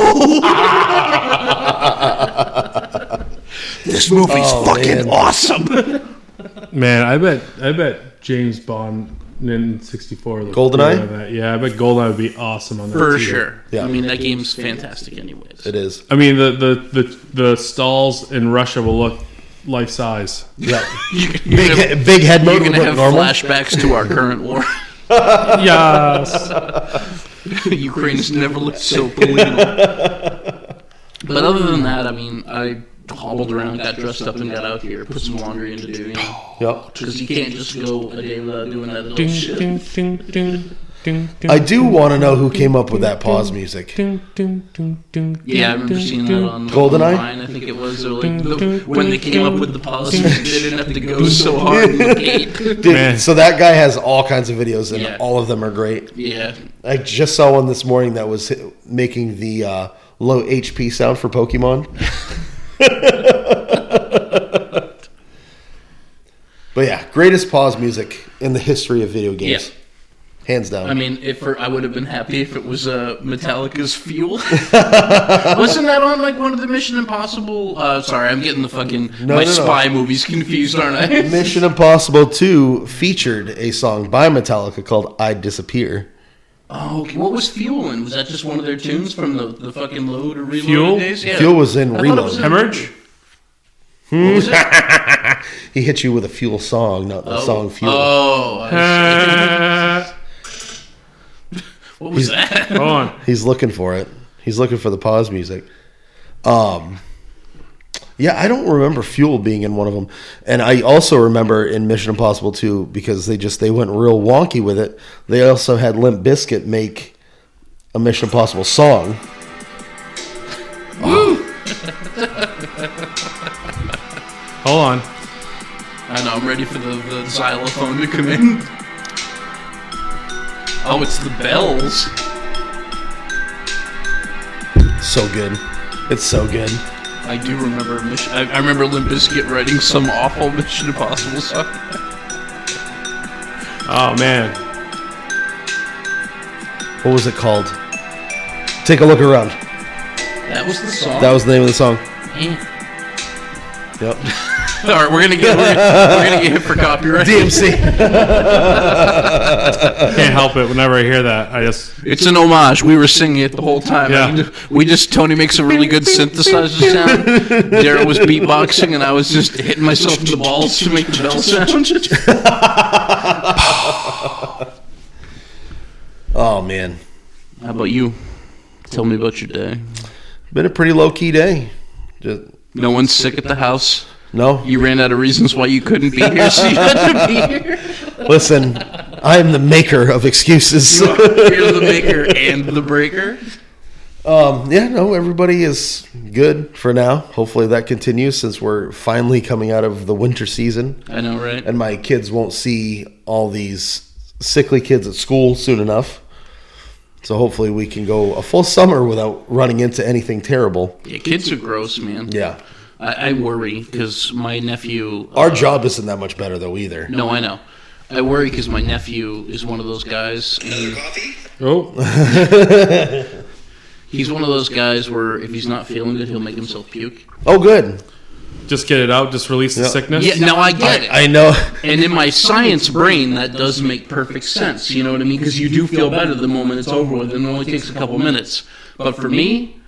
Speaker 3: this movie's
Speaker 2: Oh,
Speaker 3: fucking
Speaker 2: man.
Speaker 3: awesome.
Speaker 1: Man, I bet I bet James Bond in '64. looked
Speaker 2: Goldeneye?
Speaker 1: good on that. Yeah, I bet Goldeneye would be awesome on that.
Speaker 3: For
Speaker 1: too.
Speaker 3: sure.
Speaker 2: Yeah.
Speaker 3: I mean, that game's fantastic, anyways.
Speaker 2: It is.
Speaker 1: I mean, the the the, the stalls in Russia will look life size.
Speaker 2: Yeah.
Speaker 3: You,
Speaker 2: Big,
Speaker 3: are
Speaker 2: he- big head mode would
Speaker 3: gonna have
Speaker 2: look normal.
Speaker 3: flashbacks to our current war.
Speaker 1: yes.
Speaker 3: Ukraine has never looked so political. but other than that, I mean, I hobbled around, got dressed up, and got out here, put some laundry into doing.
Speaker 2: Yep.
Speaker 3: Because Oh, you can't just go a day without doing that little
Speaker 1: Ding,
Speaker 3: shit.
Speaker 1: ding, ding, ding, ding, ding,
Speaker 2: I do want to know who came up with that pause music.
Speaker 1: ding, ding, ding, ding,
Speaker 3: Yeah, I remember
Speaker 1: ding,
Speaker 3: seeing that
Speaker 1: ding.
Speaker 3: on
Speaker 2: Goldeneye?
Speaker 3: online, I think it was. Or like the, when they came up with the policy, they didn't have to go so hard in the gate.
Speaker 2: Dude,
Speaker 1: Man.
Speaker 2: so that guy has all kinds of videos and
Speaker 3: Yeah.
Speaker 2: all of them are great.
Speaker 3: Yeah.
Speaker 2: I just saw one this morning that was hi- making the uh, low HP sound for Pokemon. but yeah, greatest pause music in the history of video games,
Speaker 3: Yeah.
Speaker 2: hands down.
Speaker 3: I mean, if for, I would have been happy if it was uh, Metallica's Fuel. Wasn't that on like one of the Mission Impossible? Uh, sorry, I'm getting the fucking
Speaker 2: No,
Speaker 3: my
Speaker 2: no, no.
Speaker 3: spy movies confused, aren't I?
Speaker 2: Mission Impossible 2 featured a song by Metallica called "I Disappear."
Speaker 3: Oh, okay. what was Fuel in? Was that just one of their tunes from the, the fucking Load or Reload
Speaker 1: Fuel?
Speaker 3: days? Yeah.
Speaker 2: Fuel was in
Speaker 3: I thought it was
Speaker 2: Reload.
Speaker 3: in-
Speaker 1: Hemorrhage.
Speaker 3: What was it?
Speaker 2: he hit you with a Fuel song, not the song Fuel.
Speaker 3: Oh, I see.
Speaker 1: Ah,
Speaker 3: what was that?
Speaker 1: Hold on.
Speaker 2: He's looking for it. He's looking for the pause music. Um, yeah, I don't remember Fuel being in one of them, and I also remember in Mission Impossible 2 because they just they went real wonky with it. They also had Limp Biscuit make a Mission Impossible song.
Speaker 1: Hold on.
Speaker 3: I know. I'm ready for the, the xylophone to come in. Oh, it's the bells.
Speaker 2: So good, it's so good.
Speaker 3: I do remember. Mission, I, I remember Limp Bizkit writing some awful Mission Impossible song.
Speaker 1: Oh man.
Speaker 2: What was it called? Take a look around.
Speaker 3: That was the song.
Speaker 2: That was the name of the song.
Speaker 3: Yeah.
Speaker 2: Yep.
Speaker 3: All right, we're gonna get we're gonna, we're gonna get hit for copyright.
Speaker 2: DMC.
Speaker 1: Can't help it. Whenever I hear that, I just
Speaker 3: It's an homage. We were singing it the whole time.
Speaker 1: Yeah.
Speaker 3: I mean, We just Tony makes a really good synthesizer sound. Daryl was beatboxing, and I was just hitting myself in the balls to make the bell sound.
Speaker 2: Oh man,
Speaker 3: How about you? Tell me about your day.
Speaker 2: been a pretty low key day. Just,
Speaker 3: No one's sick at the house.
Speaker 2: no,
Speaker 3: You ran out of reasons why you couldn't be here, so you had to be here.
Speaker 2: Listen, I am the maker of excuses.
Speaker 3: You're the maker and the breaker.
Speaker 2: Um, yeah, no, everybody is good for now. Hopefully that continues since we're finally coming out of the winter season
Speaker 3: I know, right?
Speaker 2: and my kids won't see all these sickly kids at school soon enough. So hopefully we can go a full summer without running into anything terrible.
Speaker 3: Yeah, kids are gross, man.
Speaker 2: Yeah.
Speaker 3: I, I worry because my nephew.
Speaker 2: Our job isn't that much better though either.
Speaker 3: no, I know. I worry because my nephew is one of those guys. And
Speaker 1: Oh,
Speaker 3: he's one of those guys where if he's not feeling good, he'll make himself puke.
Speaker 2: Oh good.
Speaker 1: just get it out. Just release the
Speaker 2: Yeah.
Speaker 1: sickness.
Speaker 3: Yeah, no, I get it.
Speaker 2: I know.
Speaker 3: And in my science brain, that does make perfect sense. You know what I mean? Because you do feel better the moment it's over with, and it only takes a couple minutes. But for me,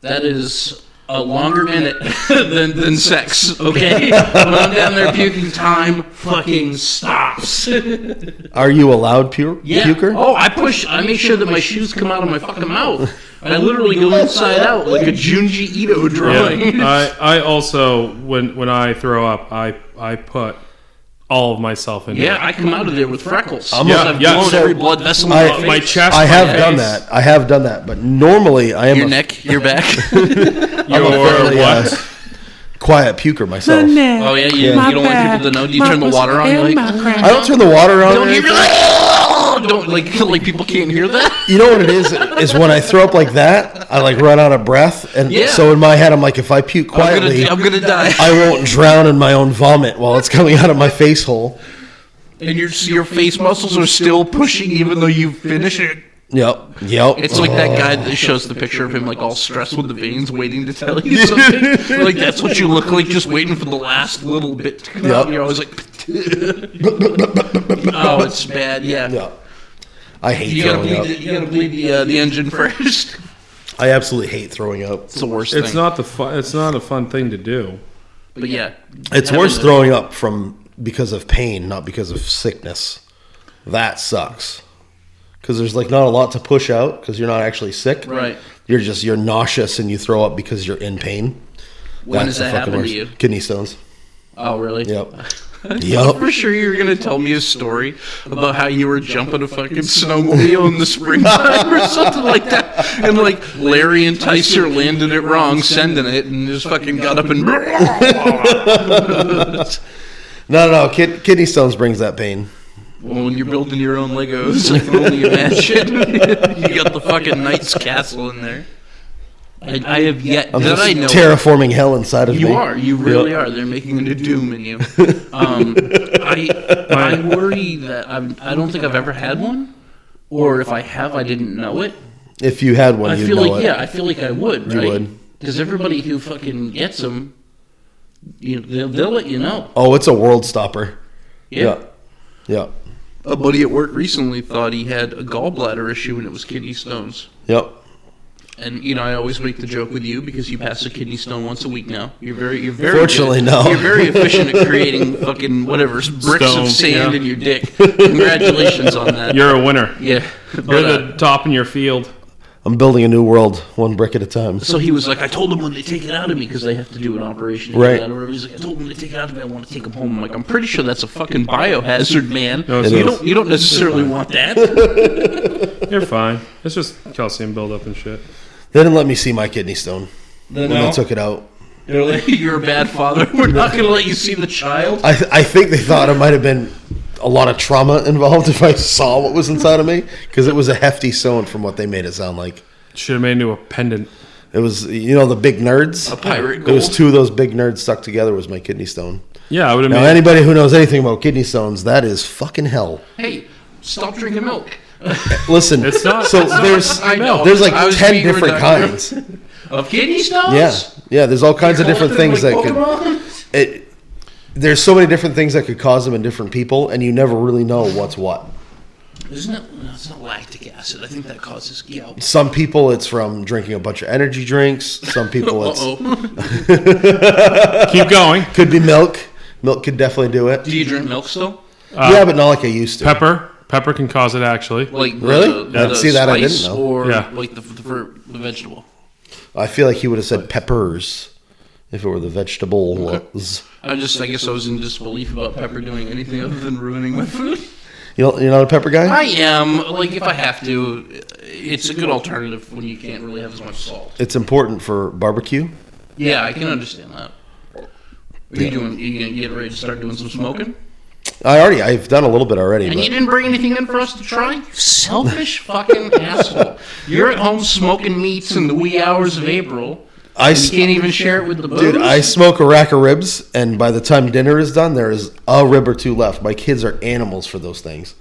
Speaker 3: that is a longer minute than, than sex. Okay, when I'm down there puking, time fucking stops.
Speaker 2: Are you allowed pu-
Speaker 3: Yeah.
Speaker 2: puker?
Speaker 3: Oh, I push. I make sure that my shoes come out of my fucking mouth. I literally go inside out like a Junji Ito drawing.
Speaker 1: Yeah. I, I also when when I throw up, I I put all of myself into
Speaker 3: Yeah,
Speaker 1: it.
Speaker 3: I come out of there with freckles.
Speaker 2: I'm
Speaker 1: Yeah,
Speaker 3: I've
Speaker 1: yeah.
Speaker 3: blown
Speaker 1: So
Speaker 3: every blood vessel in
Speaker 2: I-
Speaker 3: my,
Speaker 1: My
Speaker 3: face.
Speaker 1: chest,
Speaker 2: I have
Speaker 1: my
Speaker 2: done
Speaker 1: face,
Speaker 2: that. I have done that, but normally I am
Speaker 3: Your
Speaker 2: a-
Speaker 3: neck, your back.
Speaker 1: Your
Speaker 2: I'm a fairly, uh,
Speaker 1: what?
Speaker 2: quiet puker myself.
Speaker 3: Oh yeah, you,
Speaker 2: Yeah.
Speaker 3: you don't want people to know. Do you turn the water on? You're like,
Speaker 2: I don't turn the water on.
Speaker 3: don't
Speaker 2: or
Speaker 3: you
Speaker 2: anything.
Speaker 3: like? "Oh," Don't like like people can't hear that.
Speaker 2: You know what it is? Is when I throw up like that, I like run out of breath, and
Speaker 3: Yeah.
Speaker 2: so in my head, I'm like, if I puke
Speaker 3: I'm gonna,
Speaker 2: quietly,
Speaker 3: I'm gonna die.
Speaker 2: I won't drown in my own vomit while it's coming out of my face hole.
Speaker 3: And your your face muscles are still pushing even though you finish it.
Speaker 2: Yep, yep.
Speaker 3: It's like that guy that shows the picture of him like all stressed with the veins, waiting to tell you something. like that's what you look like, just waiting for the last little bit to come out.
Speaker 2: Yep.
Speaker 3: You're always like, oh, it's bad. Yeah,
Speaker 2: Yep. I hate
Speaker 3: you gotta
Speaker 2: throwing
Speaker 3: bleed.
Speaker 2: up.
Speaker 3: The, you gotta bleed the uh, the engine first.
Speaker 2: I absolutely hate throwing up.
Speaker 3: it's the worst
Speaker 1: It's
Speaker 3: thing.
Speaker 1: not the fun. It's not a fun thing to do.
Speaker 3: but yeah,
Speaker 2: It's
Speaker 3: Having
Speaker 2: worse
Speaker 3: the-
Speaker 2: throwing up from because of pain, not because of sickness. That sucks. Because there's like not a lot to push out because you're not actually sick.
Speaker 3: Right.
Speaker 2: You're just you're nauseous and you throw up because you're in pain.
Speaker 3: When
Speaker 2: That's
Speaker 3: does
Speaker 2: the
Speaker 3: that
Speaker 2: fucking
Speaker 3: happen to
Speaker 2: worst.
Speaker 3: you?
Speaker 2: Kidney stones.
Speaker 3: Oh, really?
Speaker 2: Yep.
Speaker 3: For
Speaker 2: yep.
Speaker 3: sure, you were gonna tell me a story about how you were jumping a fucking snowmobile in the springtime or something like that, and like Larry and Tyser landed it wrong, sending it, and just fucking got up and.
Speaker 2: No, no, no. Kid, kidney stones brings that pain.
Speaker 3: Well, when you're building your own Legos, I can only imagine you got the fucking knight's castle in there. I, I have yet
Speaker 2: I'm
Speaker 3: that
Speaker 2: just
Speaker 3: I know.
Speaker 2: terraforming hell inside of
Speaker 3: You
Speaker 2: me.
Speaker 3: are. You really
Speaker 2: Yep.
Speaker 3: are. They're making it a doom in you. Um, I I worry that I'm. I don't think I've ever had one, or if I have, I didn't know it.
Speaker 2: If you had one,
Speaker 3: I
Speaker 2: you'd
Speaker 3: feel
Speaker 2: know
Speaker 3: like
Speaker 2: it.
Speaker 3: yeah. I feel like I would.
Speaker 2: You
Speaker 3: Right?
Speaker 2: would.
Speaker 3: Because everybody who fucking gets them, you know, they'll, they'll let you know.
Speaker 2: Oh, it's a world stopper. Yeah. Yep.
Speaker 3: A buddy at work recently thought he had a gallbladder issue and it was kidney stones.
Speaker 2: Yep.
Speaker 3: And you know, I always make the joke with you because you pass a kidney stone once a week now. You're very, you're very.
Speaker 2: Fortunately,
Speaker 3: good.
Speaker 2: no.
Speaker 3: You're very efficient at creating fucking whatever bricks of
Speaker 1: Stones,
Speaker 3: sand
Speaker 1: yeah.
Speaker 3: in your dick. Congratulations on that.
Speaker 1: You're a winner.
Speaker 3: yeah. But,
Speaker 1: You're
Speaker 3: uh,
Speaker 1: the top in your field.
Speaker 2: I'm building a new world, one brick at a time.
Speaker 3: so he was like, I told them when they take it out of me because they have to do an operation. to
Speaker 2: Right.
Speaker 3: Get it out of her. He's like, I told them when they take it out of me, I want to take them home. I'm like, I'm pretty sure that's a fucking biohazard, man.
Speaker 1: No, it's
Speaker 2: It
Speaker 3: you
Speaker 2: is.
Speaker 3: don't, you don't necessarily want that.
Speaker 1: You're fine. It's just calcium buildup and shit.
Speaker 2: They didn't let me see my kidney stone
Speaker 3: Then
Speaker 2: when
Speaker 3: no.
Speaker 2: they took it out.
Speaker 3: They're like, you're a bad father. We're not going to let you see the child.
Speaker 2: I, I think they thought it might have been a lot of trauma involved if I saw what was inside of me because it was a hefty stone from what they made it sound like.
Speaker 1: Should have made into a pendant.
Speaker 2: It was, you know, the big nerds.
Speaker 3: A pirate
Speaker 2: It was
Speaker 3: gold.
Speaker 2: two of those big nerds stuck together was my kidney stone.
Speaker 1: Yeah, I would have
Speaker 2: Now,
Speaker 1: made.
Speaker 2: anybody who knows anything about kidney stones, that is fucking hell.
Speaker 3: Hey, stop drinking milk.
Speaker 2: Listen,
Speaker 1: It's not-
Speaker 2: so
Speaker 1: it's not-
Speaker 2: there's
Speaker 3: I know.
Speaker 2: there's
Speaker 3: I
Speaker 2: like
Speaker 3: was
Speaker 2: ten
Speaker 3: being
Speaker 2: different
Speaker 3: reductive.
Speaker 2: kinds.
Speaker 3: Of kidney stones?
Speaker 2: Yeah, yeah. There's all kinds of different
Speaker 3: Collecting,
Speaker 2: things that
Speaker 3: like,
Speaker 2: could.
Speaker 3: Pokemon?
Speaker 2: It, there's so many different things that could cause them in different people, and you never really know what's what.
Speaker 3: Isn't it? No, it's not lactic acid. I think that causes gout.
Speaker 2: Some people it's from drinking a bunch of energy drinks. Some people it's
Speaker 3: oh.
Speaker 1: Keep going.
Speaker 2: could be milk. Milk could definitely do it.
Speaker 3: Do you drink milk still?
Speaker 2: yeah, but not like I used to.
Speaker 1: Pepper. Pepper can cause it actually.
Speaker 3: Like
Speaker 2: Really?
Speaker 3: The,
Speaker 2: I didn't see that, I didn't
Speaker 3: spice
Speaker 2: know.
Speaker 3: Or
Speaker 1: Yeah.
Speaker 3: like the, the, fruit, the vegetable.
Speaker 2: I feel like he would have said peppers if it were the vegetable was.
Speaker 3: I just, I guess I was in disbelief about pepper doing anything other than ruining my food.
Speaker 2: You know, you're not a pepper guy.
Speaker 3: I am like if I have to, it's a good alternative when you can't really have as much salt.
Speaker 2: It's important for barbecue.
Speaker 3: Yeah, I can understand that. Are you doing? Are you gonna get ready to start doing some smoking?
Speaker 2: I already I've done a little bit already,
Speaker 3: And you
Speaker 2: but
Speaker 3: didn't bring anything in for us to try? You selfish fucking asshole. You're at home smoking meats in the wee hours of April.
Speaker 2: I
Speaker 3: and you
Speaker 2: s-
Speaker 3: can't even share it with the booze.
Speaker 2: dude, I smoke a rack of ribs, and by the time dinner is done, there is a rib or two left. My kids are animals for those things.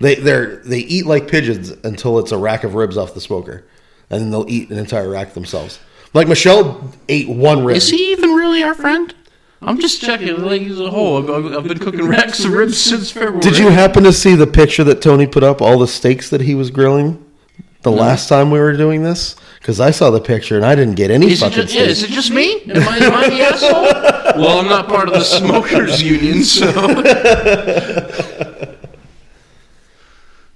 Speaker 2: They they're they eat like pigeons until it's a rack of ribs off the smoker, and then they'll eat an entire rack themselves. Like Michelle ate one rib.
Speaker 3: Is he even really our friend? I'm just checking, like as a whole. I've- I've, I've been cooking racks of ribs since February.
Speaker 2: Did you happen to see the picture that Tony put up? All the steaks that he was grilling the last time we were doing this? Because I saw the picture and I didn't get any
Speaker 3: Is it,
Speaker 2: fucking
Speaker 3: just, yeah, is
Speaker 2: steaks.
Speaker 3: it just me? Am I, am I the asshole? Well, I'm not part of the smokers union, so.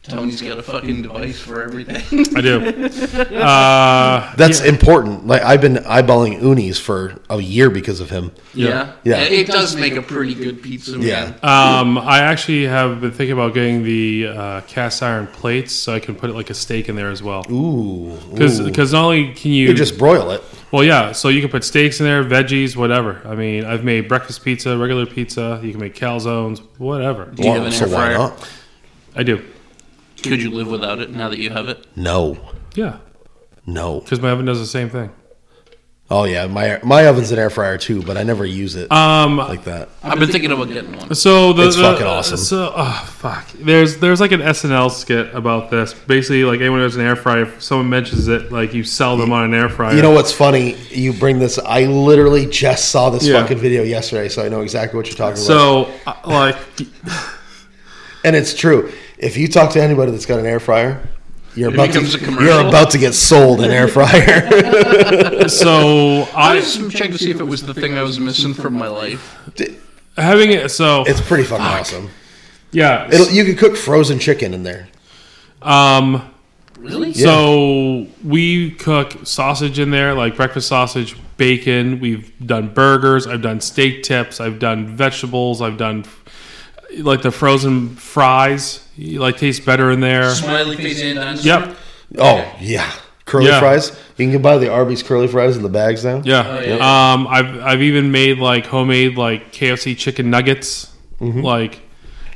Speaker 3: Tony's got a fucking device for everything.
Speaker 1: I do. Uh,
Speaker 2: That's important. Like I've been eyeballing unis for a year because of him.
Speaker 3: Yeah.
Speaker 2: Yeah.
Speaker 3: It does make a pretty good pizza. man.
Speaker 2: Yeah.
Speaker 1: um, I actually have been thinking about getting the uh, cast iron plates so I can put like a steak in there as well.
Speaker 2: Ooh.
Speaker 1: Because
Speaker 2: ooh.
Speaker 1: not only can you,
Speaker 2: you just broil it.
Speaker 1: well yeah, so you can put steaks in there, veggies, whatever. I mean, I've made breakfast pizza, regular pizza. You can make calzones, whatever.
Speaker 3: Do you have an
Speaker 2: so
Speaker 3: air
Speaker 2: why
Speaker 3: fryer?
Speaker 2: not?
Speaker 1: I do.
Speaker 3: Could you live without it now that you have it?
Speaker 2: No.
Speaker 1: Yeah,
Speaker 2: No.
Speaker 1: because my oven does the same thing.
Speaker 2: Oh yeah, my my oven's an air fryer too, but I never use
Speaker 3: Uh,
Speaker 2: it
Speaker 1: Um,
Speaker 2: like that.
Speaker 3: I've been thinking about getting one.
Speaker 1: So the,
Speaker 2: It's
Speaker 1: the-
Speaker 2: fucking awesome.
Speaker 1: So oh fuck, there's there's like an SNL skit about this. Basically, like anyone who has an air fryer, if someone mentions it, like you sell them on an air fryer.
Speaker 2: You know what's funny? You bring this. I literally just saw this
Speaker 1: Yeah.
Speaker 2: fucking video yesterday, so I know exactly what you're talking about.
Speaker 1: so uh, like
Speaker 2: And it's true. If you talk to anybody that's got an air fryer, you're
Speaker 3: It
Speaker 2: about to,
Speaker 3: becomes a commercial.
Speaker 2: you're about to get sold an air fryer.
Speaker 1: so
Speaker 3: I
Speaker 1: I
Speaker 3: was just checking to see if it was the thing I was missing from my life.
Speaker 1: having it so
Speaker 2: it's pretty fucking awesome.
Speaker 1: yeah.
Speaker 2: It'll, you can cook frozen chicken in there.
Speaker 1: um.
Speaker 3: Really?
Speaker 1: So we cook sausage in there, like breakfast sausage, bacon. We've done burgers. I've done steak tips. I've done vegetables. I've done like the frozen fries. You, like taste better in there.
Speaker 3: Smiley face and dinosaur.
Speaker 1: Yep.
Speaker 2: Oh yeah, curly
Speaker 1: Yeah.
Speaker 2: fries. You can buy the Arby's curly fries in the bags now.
Speaker 1: Yeah.
Speaker 3: Oh, yeah.
Speaker 1: Um, I've I've even made like homemade like KFC chicken nuggets.
Speaker 3: Mm-hmm.
Speaker 1: Like,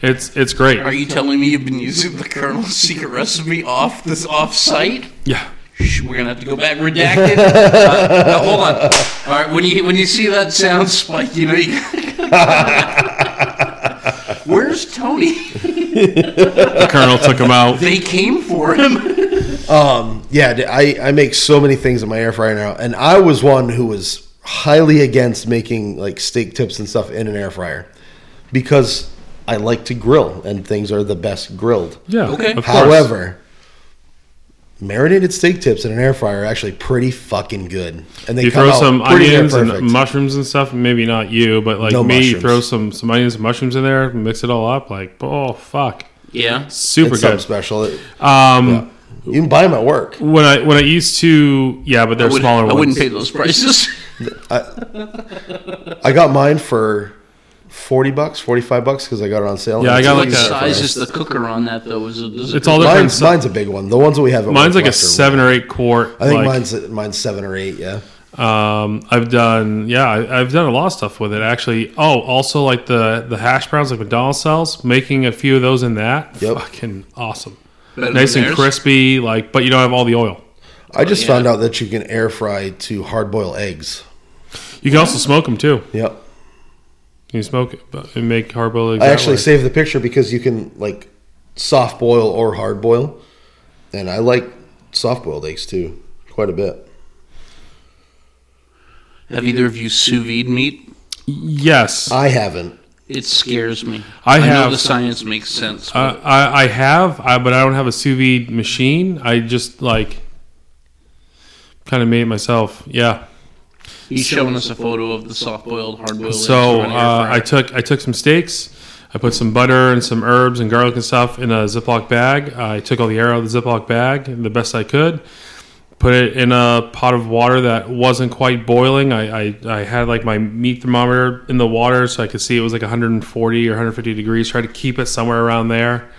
Speaker 1: it's it's great.
Speaker 3: Are you telling me you've been using the Colonel's secret recipe off this off site?
Speaker 1: yeah.
Speaker 3: Shh, We're gonna have to go back redacted. Uh, no, hold on. All right, when you when you see that sound spike, you know. You Where's Tony?
Speaker 1: The Colonel took him out.
Speaker 3: They came for him.
Speaker 2: Um, yeah, d- I, I make so many things in my air fryer now, and I was one who was highly against making like steak tips and stuff in an air fryer because I like to grill, and things are the best grilled.
Speaker 1: Yeah.
Speaker 3: Okay.
Speaker 1: Of course.
Speaker 2: However, marinated steak tips in an air fryer are actually pretty fucking good, and they
Speaker 1: you
Speaker 2: come
Speaker 1: throw
Speaker 2: out
Speaker 1: some
Speaker 2: pretty near
Speaker 1: onions and
Speaker 2: perfect.
Speaker 1: mushrooms and stuff. Maybe not you, but like
Speaker 2: No
Speaker 1: me, you
Speaker 2: mushrooms.
Speaker 1: throw some some onions and mushrooms in there, mix it all up. Like, oh fuck,
Speaker 3: Yeah.
Speaker 1: super
Speaker 2: it's something
Speaker 1: good.
Speaker 2: special. It-
Speaker 1: Um,
Speaker 2: You can buy them at work.
Speaker 1: when I when I used to, yeah, but they're
Speaker 3: I, would,
Speaker 1: smaller
Speaker 3: I
Speaker 1: ones.
Speaker 3: wouldn't pay those prices.
Speaker 2: I got mine for forty bucks, forty five bucks because I got it on sale.
Speaker 1: Yeah, I got like
Speaker 3: What
Speaker 1: a-
Speaker 3: size is the cooker on that though? Is it, is it
Speaker 1: It's all different.
Speaker 2: Mine's, mine's a big one. The ones that we have. At
Speaker 1: mine's like
Speaker 2: work
Speaker 1: a
Speaker 2: left are-
Speaker 1: seven or eight quart.
Speaker 2: I think
Speaker 1: like,
Speaker 2: mine's mine's seven or eight. Yeah.
Speaker 1: Um, I've done yeah, I, I've done a lot of stuff with it actually. Oh, also like the the hash browns like McDonald's sells, making a few of those in that.
Speaker 2: Yep.
Speaker 1: Fucking awesome.
Speaker 3: better than
Speaker 1: Nice and
Speaker 3: theirs?
Speaker 1: crispy, like but you don't have all the oil.
Speaker 2: I just
Speaker 3: yeah.
Speaker 2: found out that you can air fry to hard boil eggs.
Speaker 1: You can also smoke them too.
Speaker 2: Yep.
Speaker 1: You can smoke it but- and make hard boiled
Speaker 2: I actually saved the picture because you can like soft boil or hard boil, and I like soft boiled eggs too quite a bit.
Speaker 3: Have either of you sous vide meat?
Speaker 1: Yes. I,
Speaker 2: I haven't.
Speaker 3: It scares me.
Speaker 1: I
Speaker 3: know
Speaker 1: have- Uh,
Speaker 3: the science makes sense. but-
Speaker 1: I, I have, I, but I don't have a sous vide machine. I just like kind of made it myself. Yeah.
Speaker 3: He's showing us a photo of the soft-boiled, hard-boiled.
Speaker 1: So uh, I took I took some steaks. I put some butter and some herbs and garlic and stuff in a Ziploc bag. I took all the air out of the Ziploc bag the best I could. Put it in a pot of water that wasn't quite boiling. I, I, I had like my meat thermometer in the water so I could see it was like 140 or 150 degrees. Try to keep it somewhere around there.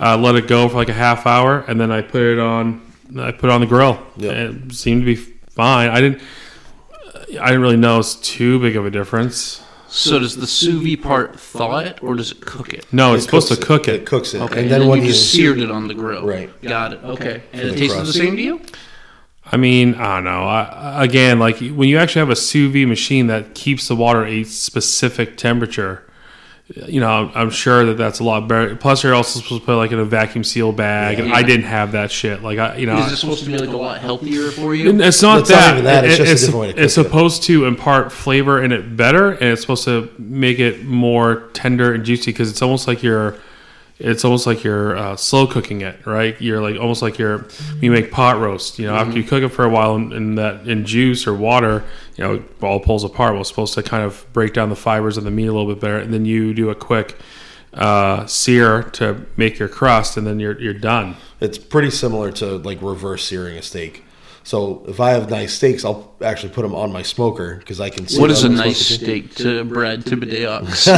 Speaker 1: uh, let it go for like a half hour, and then I put it on. I put it on the grill.
Speaker 2: Yeah.
Speaker 1: And It seemed to be fine. I didn't. I didn't really notice too big of a difference.
Speaker 3: So does the sous vide part thaw it or does it cook it?
Speaker 1: No, it's
Speaker 2: It
Speaker 1: supposed to
Speaker 2: cooks
Speaker 1: cook it.
Speaker 2: It cooks it,
Speaker 3: Okay,
Speaker 2: and then, when
Speaker 3: you
Speaker 2: you
Speaker 3: just seared it on the grill.
Speaker 2: Right.
Speaker 3: Got it. Okay. And it
Speaker 2: the
Speaker 3: tasted the
Speaker 2: crust.
Speaker 3: same to you?
Speaker 1: I mean, I don't know. I, again, like when you actually have a sous vide machine that keeps the water at a specific temperature, you know, I'm, I'm sure that that's a lot better. Plus, you're also supposed to put it, like in a vacuum seal bag, and I
Speaker 3: Yeah.
Speaker 1: didn't have that shit. Like I, you know,
Speaker 3: Is it supposed to be like a lot healthier for you?
Speaker 1: And it's not
Speaker 2: It's not
Speaker 1: that.
Speaker 2: even that, it's just a
Speaker 1: it's,
Speaker 2: different way to
Speaker 1: it's
Speaker 2: cook it.
Speaker 1: supposed to impart flavor in it better, and it's supposed to make it more tender and juicy because it's almost like you're, it's almost like you're uh, slow cooking it, right? You're like almost like you're when you make pot roast. You know, after you cook it for a while in, in that in juice or water, you know, it all pulls apart. Well, it's supposed to kind of break down the fibers of the meat a little bit better, and then you do a quick uh, sear to make your crust, and then you're you're done.
Speaker 2: it's pretty similar to like reverse searing a steak. So if I have nice steaks, I'll actually put them on my smoker because I can. see
Speaker 3: what
Speaker 2: them
Speaker 3: is a
Speaker 2: on the
Speaker 3: nice
Speaker 2: smoker.
Speaker 3: steak to Brad Tibideox?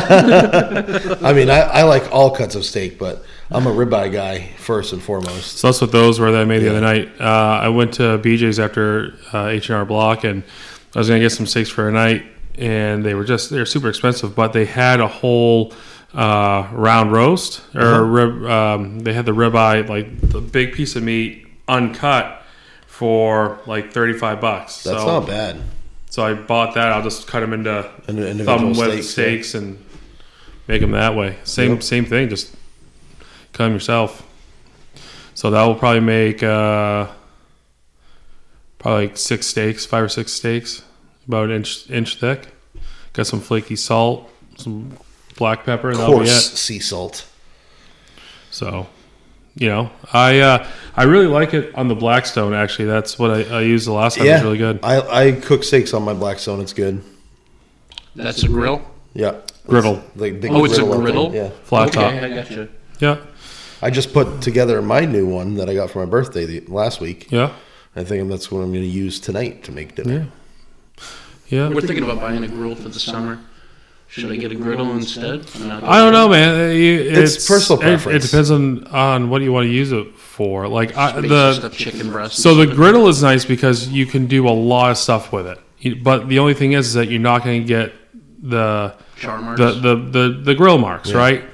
Speaker 2: I mean, I, I like all cuts of steak, but I'm a ribeye guy first and foremost.
Speaker 1: So that's what those were that I made the other night. Uh, I went to BJ's after uh, H and R Block, and I was gonna get some steaks for a night, and they were just they're super expensive, but they had a whole uh, round roast or
Speaker 2: Uh-huh.
Speaker 1: rib, um, they had the ribeye like the big piece of meat uncut for like thirty five bucks.
Speaker 2: That's
Speaker 1: so,
Speaker 2: not bad.
Speaker 1: So I bought that. I'll just cut them into
Speaker 2: An individual
Speaker 1: thumb with
Speaker 2: steaks,
Speaker 1: steaks and make them that way. Same
Speaker 2: Yep.
Speaker 1: same thing. Just cut 'em yourself. So that will probably make uh, probably like six steaks, five or six steaks, about an inch inch thick. Got some flaky salt, some black pepper, and that'll be it.
Speaker 2: Coarse sea salt.
Speaker 1: So, you know, I uh, I really like it on the Blackstone. Actually, that's what I, I used the last time. It
Speaker 2: yeah,
Speaker 1: was really good.
Speaker 2: I, I cook steaks on my Blackstone. It's good.
Speaker 3: That's a grill?
Speaker 2: Yeah,
Speaker 1: Griddle.
Speaker 2: Like big
Speaker 3: Oh, it's a
Speaker 2: griddle up
Speaker 3: griddle?
Speaker 2: there. Yeah,
Speaker 1: Flat
Speaker 3: okay,
Speaker 1: top.
Speaker 3: I gotcha.
Speaker 1: Yeah,
Speaker 2: I just put together my new one that I got for my birthday the, last week.
Speaker 1: yeah,
Speaker 2: I think that's what I'm going to use tonight to make dinner.
Speaker 1: yeah.
Speaker 3: We're thinking about buying a grill for the summer. Should I get a griddle instead?
Speaker 1: I don't know, man. Uh, you-
Speaker 2: It's personal
Speaker 1: it- It,
Speaker 2: preference.
Speaker 1: depends on, on what you want to use it for. Like I,
Speaker 3: The
Speaker 1: the
Speaker 3: chicken breast.
Speaker 1: so the griddle is nice because you can do a lot of stuff with it. You- But the only thing is, is that you're not going to get the
Speaker 3: char marks.
Speaker 1: the, the the the grill marks, right?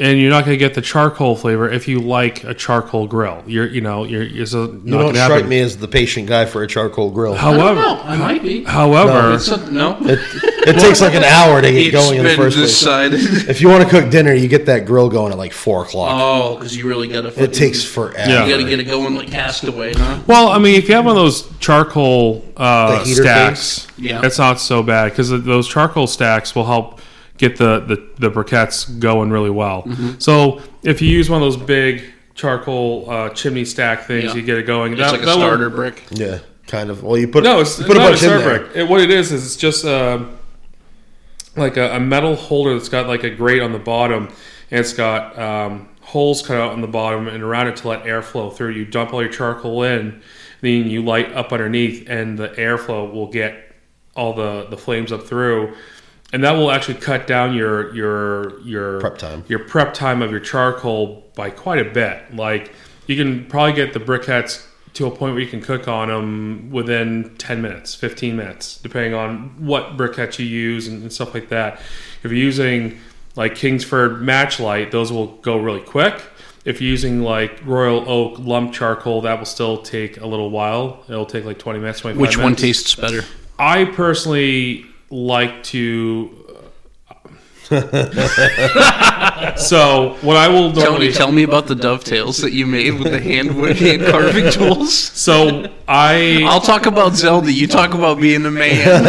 Speaker 1: And you're not going to get the charcoal flavor if you like a charcoal grill. You're you know you're, you're so not
Speaker 2: You don't
Speaker 1: gonna
Speaker 2: strike
Speaker 1: happen.
Speaker 2: me as the patient guy for a charcoal grill.
Speaker 3: I don't
Speaker 1: However,
Speaker 3: know. I might be.
Speaker 1: however,
Speaker 3: It's a, no.
Speaker 2: It, it takes like an hour to get going in the first place.
Speaker 3: decided.
Speaker 2: If you want to cook dinner, you get that grill going at like four o'clock.
Speaker 3: Oh, because you really gotta.
Speaker 2: it takes forever.
Speaker 1: Yeah.
Speaker 3: You gotta get it going like Castaway, huh?
Speaker 1: Well, I mean, if you have one of those charcoal uh,
Speaker 2: The heater
Speaker 1: stacks,
Speaker 3: Yeah.
Speaker 1: that's not so bad because those charcoal stacks will help get the, the, the briquettes going really well.
Speaker 3: Mm-hmm.
Speaker 1: So if you use one of those big charcoal uh, chimney stack things,
Speaker 3: Yeah.
Speaker 1: you get it going.
Speaker 3: It's like a
Speaker 1: will-
Speaker 3: starter brick.
Speaker 2: Yeah, kind of. Well, you put
Speaker 1: no, it's
Speaker 2: you put
Speaker 1: not
Speaker 2: a bunch
Speaker 1: a
Speaker 2: in
Speaker 1: star
Speaker 2: there.
Speaker 1: brick. It- what it is is it's just uh, like a, a metal holder that's got like a grate on the bottom, and it's got um, holes cut out on the bottom and around it to let air flow through. You dump all your charcoal in, then you light up underneath, and the airflow will get all the the flames up through. And that will actually cut down your your your
Speaker 2: Prep time.
Speaker 1: your prep time of your charcoal by quite a bit. Like you can probably get the briquettes to a point where you can cook on them within 10 minutes, 15 minutes, depending on what briquette you use and, and stuff like that. If you're using like Kingsford match light, those will go really quick. If you're using like Royal Oak lump charcoal, that will still take a little while. It'll take like 20 minutes, 25
Speaker 3: Which one
Speaker 1: minutes.
Speaker 3: tastes better?
Speaker 1: I personally like to. uh, so what I will
Speaker 3: Tony,
Speaker 1: normally
Speaker 3: tell me about the dovetails that you made with the hand wood hand carving tools.
Speaker 1: so I
Speaker 3: I'll talk about Zelda. You talk about being a man.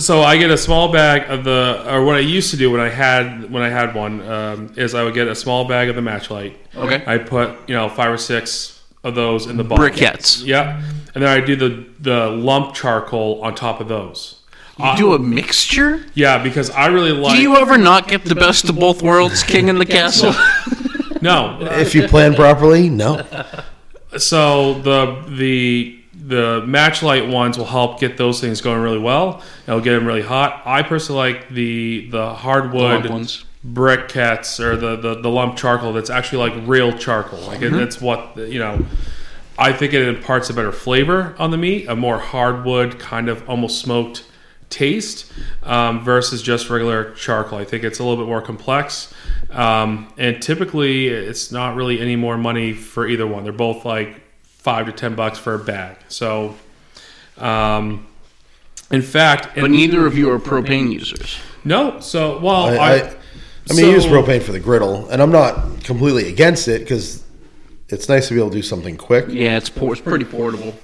Speaker 1: so I get a small bag of the or what I used to do when I had when I had one um, is I would get a small bag of the match light.
Speaker 3: Okay.
Speaker 1: I put you know five or six of those in the box.
Speaker 3: Briquettes.
Speaker 1: Yeah, and then I do the the lump charcoal on top of those.
Speaker 3: You do a mixture?
Speaker 1: Yeah, because I really like
Speaker 3: Do you ever not get the best of both worlds, king and the castle?
Speaker 1: no
Speaker 2: If you plan properly, no.
Speaker 1: so the the the match light ones will help get those things going really well. It'll get them really hot. I personally like the the hardwood
Speaker 3: Lump ones.
Speaker 1: briquettes or the, the, the lump charcoal that's actually like real charcoal. Like
Speaker 3: Mm-hmm.
Speaker 1: it, that's what you know. I think it imparts a better flavor on the meat, a more hardwood kind of almost smoked taste um, versus just regular charcoal. I think it's a little bit more complex, um, and typically it's not really any more money for either one. They're both like five to ten bucks for a bag. So, um, in fact,
Speaker 3: But
Speaker 1: and-
Speaker 3: neither of you are propane users.
Speaker 1: no. So well,
Speaker 2: I,
Speaker 1: I,
Speaker 2: I, I mean, you use
Speaker 1: so-
Speaker 2: propane for the griddle, and I'm not completely against it because it's nice to be able to do something quick.
Speaker 3: Yeah, it's por- it's pretty portable.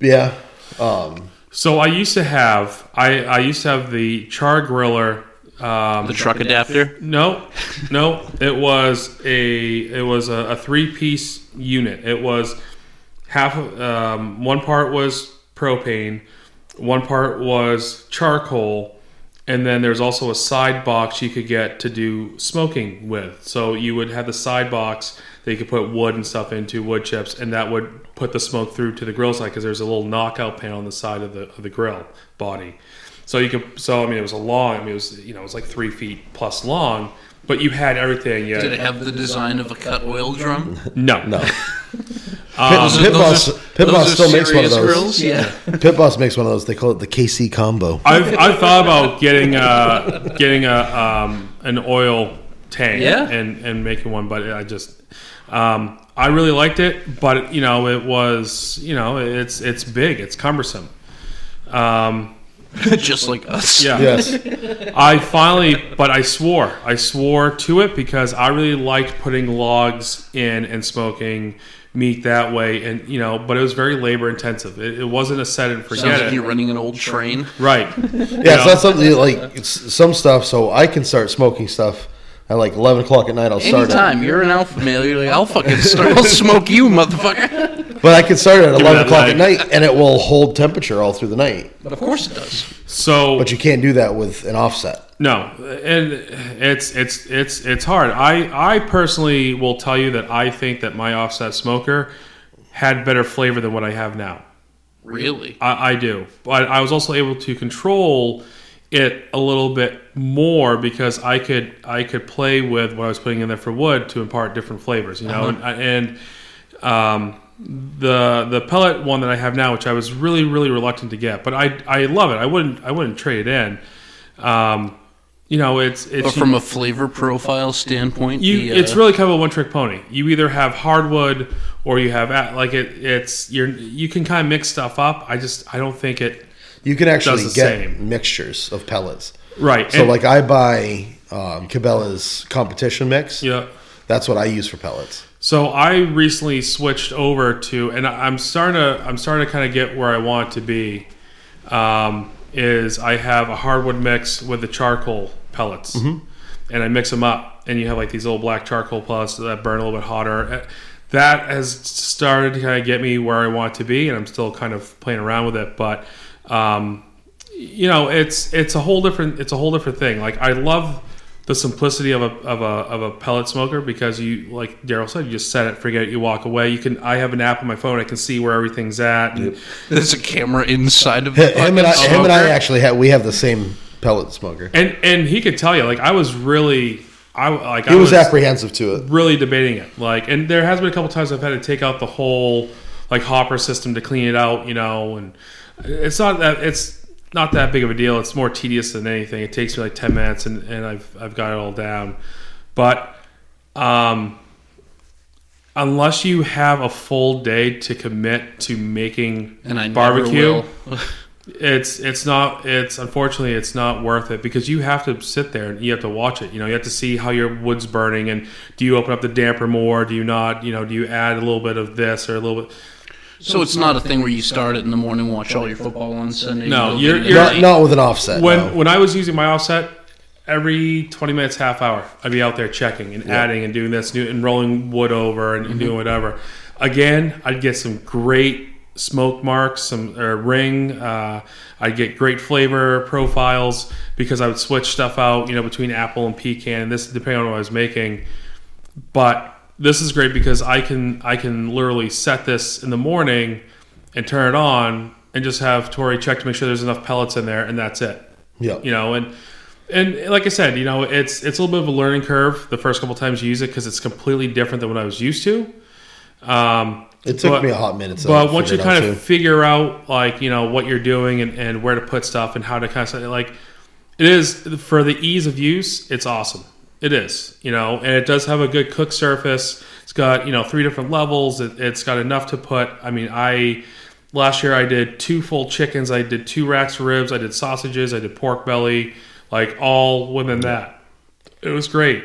Speaker 2: Yeah. Um,
Speaker 1: So I used to have I, I used to have the char griller. Um,
Speaker 3: Uh, The truck adapter.
Speaker 1: no, no, it was a it was a, a three piece unit. It was half of um, one part was propane, one part was charcoal, and then there's also a side box you could get to do smoking with. So you would have the side box that you could put wood and stuff into, wood chips, and that would put the smoke through to the grill side because there's a little knockout panel on the side of the of the grill body. So you could so I mean it was a long I mean it was you know it was like three feet plus long, but you had everything. You had,
Speaker 3: Did it have the design of a cut oil
Speaker 2: Um,
Speaker 3: drum?
Speaker 1: no
Speaker 2: no.
Speaker 3: Those are-
Speaker 2: Pit
Speaker 3: those
Speaker 2: Boss,
Speaker 3: are-
Speaker 2: Pit
Speaker 3: those
Speaker 2: Boss
Speaker 3: are
Speaker 2: still makes one of
Speaker 3: serious
Speaker 2: those.
Speaker 3: grills, Yeah.
Speaker 2: Pit Boss makes one of those. They call it the KC combo.
Speaker 1: I've, I've thought about getting a getting a um, an oil tank
Speaker 3: Yeah.
Speaker 1: and and making one, but I just um, I really liked it, but you know it was you know it's it's big, it's cumbersome. Um,
Speaker 3: Just like us.
Speaker 1: yeah,
Speaker 2: Yes.
Speaker 1: I finally, but I swore, I swore to it because I really liked putting logs in and smoking meat that way, and you know, but it was very labor intensive. It, it wasn't a set and
Speaker 3: Sounds
Speaker 1: forget
Speaker 3: like
Speaker 1: it,
Speaker 3: you're running an old train.
Speaker 1: right? yeah,
Speaker 2: Yeah, so that's something that, like it's some stuff. So I can start smoking stuff at like eleven o'clock at night. I'll start it,
Speaker 3: Anytime you're an alpha male, you're like, I'll fucking start. I'll smoke you, motherfucker.
Speaker 2: but I can start it at
Speaker 1: that
Speaker 2: eleven o'clock
Speaker 1: leg.
Speaker 2: at night, and it will hold temperature all through the night.
Speaker 3: But of course it does.
Speaker 1: so
Speaker 2: But you can't do that with an offset.
Speaker 1: No, and it's it's it's it's hard. I I personally will tell you that I think that my offset smoker had better flavor than what I have now.
Speaker 3: Really?
Speaker 1: I, I do, but I was also able to control it a little bit more because I could I could play with what I was putting in there for wood to impart different flavors, you know,
Speaker 3: Uh-huh.
Speaker 1: and, and um, the the pellet one that I have now, which I was really really reluctant to get, but I I love it. I wouldn't I wouldn't trade it in. Um, you know, it's it's
Speaker 3: But from a flavor profile standpoint,
Speaker 1: you,
Speaker 3: the, uh,
Speaker 1: it's really kind of a one-trick pony. You either have hardwood or you have at, like it. It's you're you can kind of mix stuff up. I just I don't think it
Speaker 2: You can actually
Speaker 1: Does the
Speaker 2: get
Speaker 1: same.
Speaker 2: mixtures of pellets.
Speaker 1: right.
Speaker 2: So
Speaker 1: and-
Speaker 2: like I buy um, Cabela's competition mix.
Speaker 1: yeah.
Speaker 2: That's what I use for pellets.
Speaker 1: So I recently switched over to, and I- I'm starting to I'm starting to kind of get where I want to be. Um, is I have a hardwood mix with the charcoal pellets,
Speaker 2: Mm-hmm.
Speaker 1: and I mix them up, and you have like these little black charcoal pellets that burn a little bit hotter. Uh, That has started to kind of get me where I want to be, and I'm still kind of playing around with it, but. Um, you know it's it's a whole different it's a whole different thing like i love the simplicity of a of a of a pellet smoker because you like daryl said you just set it forget it you walk away you can i have an app on my phone i can see where everything's at and
Speaker 3: there's a camera inside of the
Speaker 2: Him and I,
Speaker 3: fucking
Speaker 2: him and I
Speaker 3: smoker.
Speaker 2: actually have we have the same pellet smoker.
Speaker 1: and, and he could tell you like i was really i like
Speaker 2: He
Speaker 1: i
Speaker 2: was apprehensive to it.
Speaker 1: really debating it. Like, and there has been a couple times I've had to take out the whole like hopper system to clean it out, you know. And it's not that it's not that big of a deal. It's more tedious than anything. It takes me like ten minutes, and, and I've I've got it all down. But um, unless you have a full day to commit to making
Speaker 3: And I never
Speaker 1: barbecue,
Speaker 3: will.
Speaker 1: it's it's not it's unfortunately it's not worth it because you have to sit there and you have to watch it you know you have to see how your wood's burning and do you open up the damper more do you not you know do you add a little bit of this or a little bit
Speaker 3: So it's not a thing where you start it in the morning, watch all your football on Sunday.
Speaker 1: No,
Speaker 3: go
Speaker 1: you're-
Speaker 3: get it
Speaker 1: you're-
Speaker 3: at
Speaker 2: Not,
Speaker 3: night.
Speaker 2: not with an offset.
Speaker 1: when
Speaker 2: no.
Speaker 1: when i was using my offset every 20 minutes half hour i'd be out there checking and adding and doing this new and rolling wood over and, and doing whatever again i'd get some great smoke marks some or ring uh, i'd get great flavor profiles because i would switch stuff out you know between apple and pecan and this depending on what i was making but this is great because I can I can literally set this in the morning and turn it on and just have Tori check to make sure there's enough pellets in there and that's it.
Speaker 2: Yeah.
Speaker 1: You know, and and like I said, you know, it's it's a little bit of a learning curve the first couple times you use it because it's completely different than what I was used to. Um,
Speaker 2: It took
Speaker 1: but-
Speaker 2: me a hot minute. to
Speaker 1: but once you
Speaker 2: figure it out,
Speaker 1: kind of
Speaker 2: too.
Speaker 1: figure out like you know what you're doing and, and where to put stuff and how to kind of like it is for the ease of use it's awesome it is you know and it does have a good cook surface it's got you know three different levels it, it's got enough to put i mean i last year i did two full chickens i did two racks of ribs i did sausages i did pork belly like all within that it was great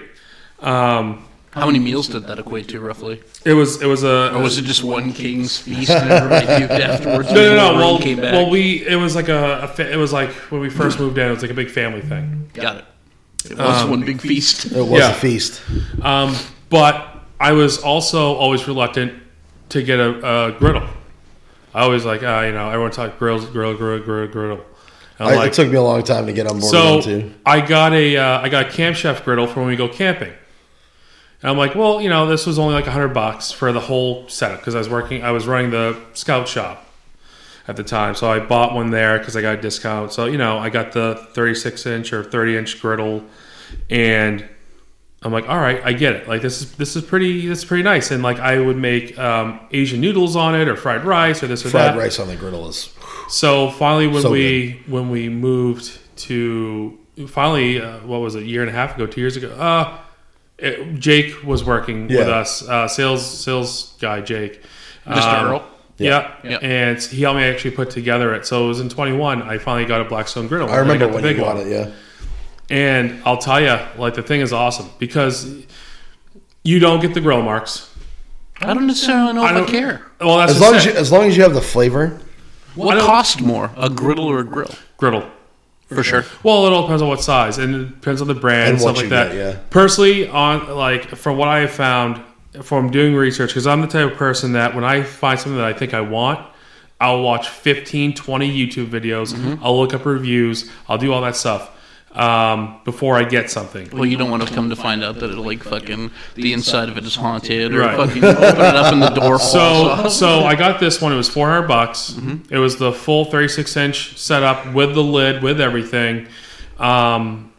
Speaker 1: um
Speaker 3: How many meals did that equate to roughly?
Speaker 1: it was it was a
Speaker 3: Or was it just one king's feast and everybody puked afterwards?
Speaker 1: No, no, no.
Speaker 3: Everyone
Speaker 1: Well,
Speaker 3: came back.
Speaker 1: well, we it was like a, a fa- it was like when we first moved in, it was like a big family thing.
Speaker 3: got it. It was
Speaker 1: Um,
Speaker 3: one big feast.
Speaker 2: it was
Speaker 1: yeah.
Speaker 2: a feast.
Speaker 1: Um, but I was also always reluctant to get a, a griddle. I always like uh, you know everyone talk grills, grill, grill, grill, griddle. And I'm
Speaker 2: I,
Speaker 1: like,
Speaker 2: it took me a long time to get on board
Speaker 1: so
Speaker 2: with them too.
Speaker 1: I got a uh, I got a camp chef griddle for when we go camping. And I'm like, well, you know, this was only like hundred bucks for the whole setup because I was working, I was running the scout shop at the time, so I bought one there because I got a discount. So you know, I got the 36 inch or 30 inch griddle, and I'm like, all right, I get it. Like this is this is pretty this is pretty nice, and like I would make um, Asian noodles on it or fried rice or this or
Speaker 2: Fried
Speaker 1: that.
Speaker 2: rice on the griddle is
Speaker 1: So finally, when
Speaker 2: So
Speaker 1: we when we moved to finally, uh, what was it, a year and a half ago, two years ago? Uh, it, Jake was working with
Speaker 2: Yeah.
Speaker 1: us, uh, sales sales guy Jake, Um,
Speaker 3: Mr. Earl?
Speaker 1: Yeah.
Speaker 3: Yeah.
Speaker 1: and he helped me actually put together it. So it was in 21. I finally got a Blackstone griddle.
Speaker 2: I remember
Speaker 1: got the
Speaker 2: when you
Speaker 1: big
Speaker 2: bought
Speaker 1: one.
Speaker 2: it. Yeah,
Speaker 1: And I'll tell you, like the thing is awesome because you don't get the grill marks.
Speaker 3: I don't necessarily know
Speaker 1: I
Speaker 3: if I,
Speaker 1: don't
Speaker 3: care.
Speaker 1: Well, that's
Speaker 2: as long as you, as long as you have the flavor.
Speaker 3: What cost more, a griddle or a grill?
Speaker 1: griddle.
Speaker 3: For sure.
Speaker 1: Well, it all depends on what size, and it depends on the brand and,
Speaker 2: And
Speaker 1: stuff
Speaker 2: what
Speaker 1: like
Speaker 2: you
Speaker 1: that.
Speaker 2: get, yeah.
Speaker 1: Personally, on like from what I have found from doing research, because I'm the type of person that when I find something that I think I want, I'll watch 15, 20 YouTube videos. I'll look up reviews. I'll do all that stuff um, before I get something.
Speaker 3: Well, you don't want to come to find out that it like fucking the inside of it is haunted or
Speaker 1: Right.
Speaker 3: fucking open it up and the door falls
Speaker 1: So,
Speaker 3: off.
Speaker 1: so I got this one. It was four hundred bucks.
Speaker 3: Mm-hmm.
Speaker 1: It was the full thirty-six inch setup with the lid, with everything, um,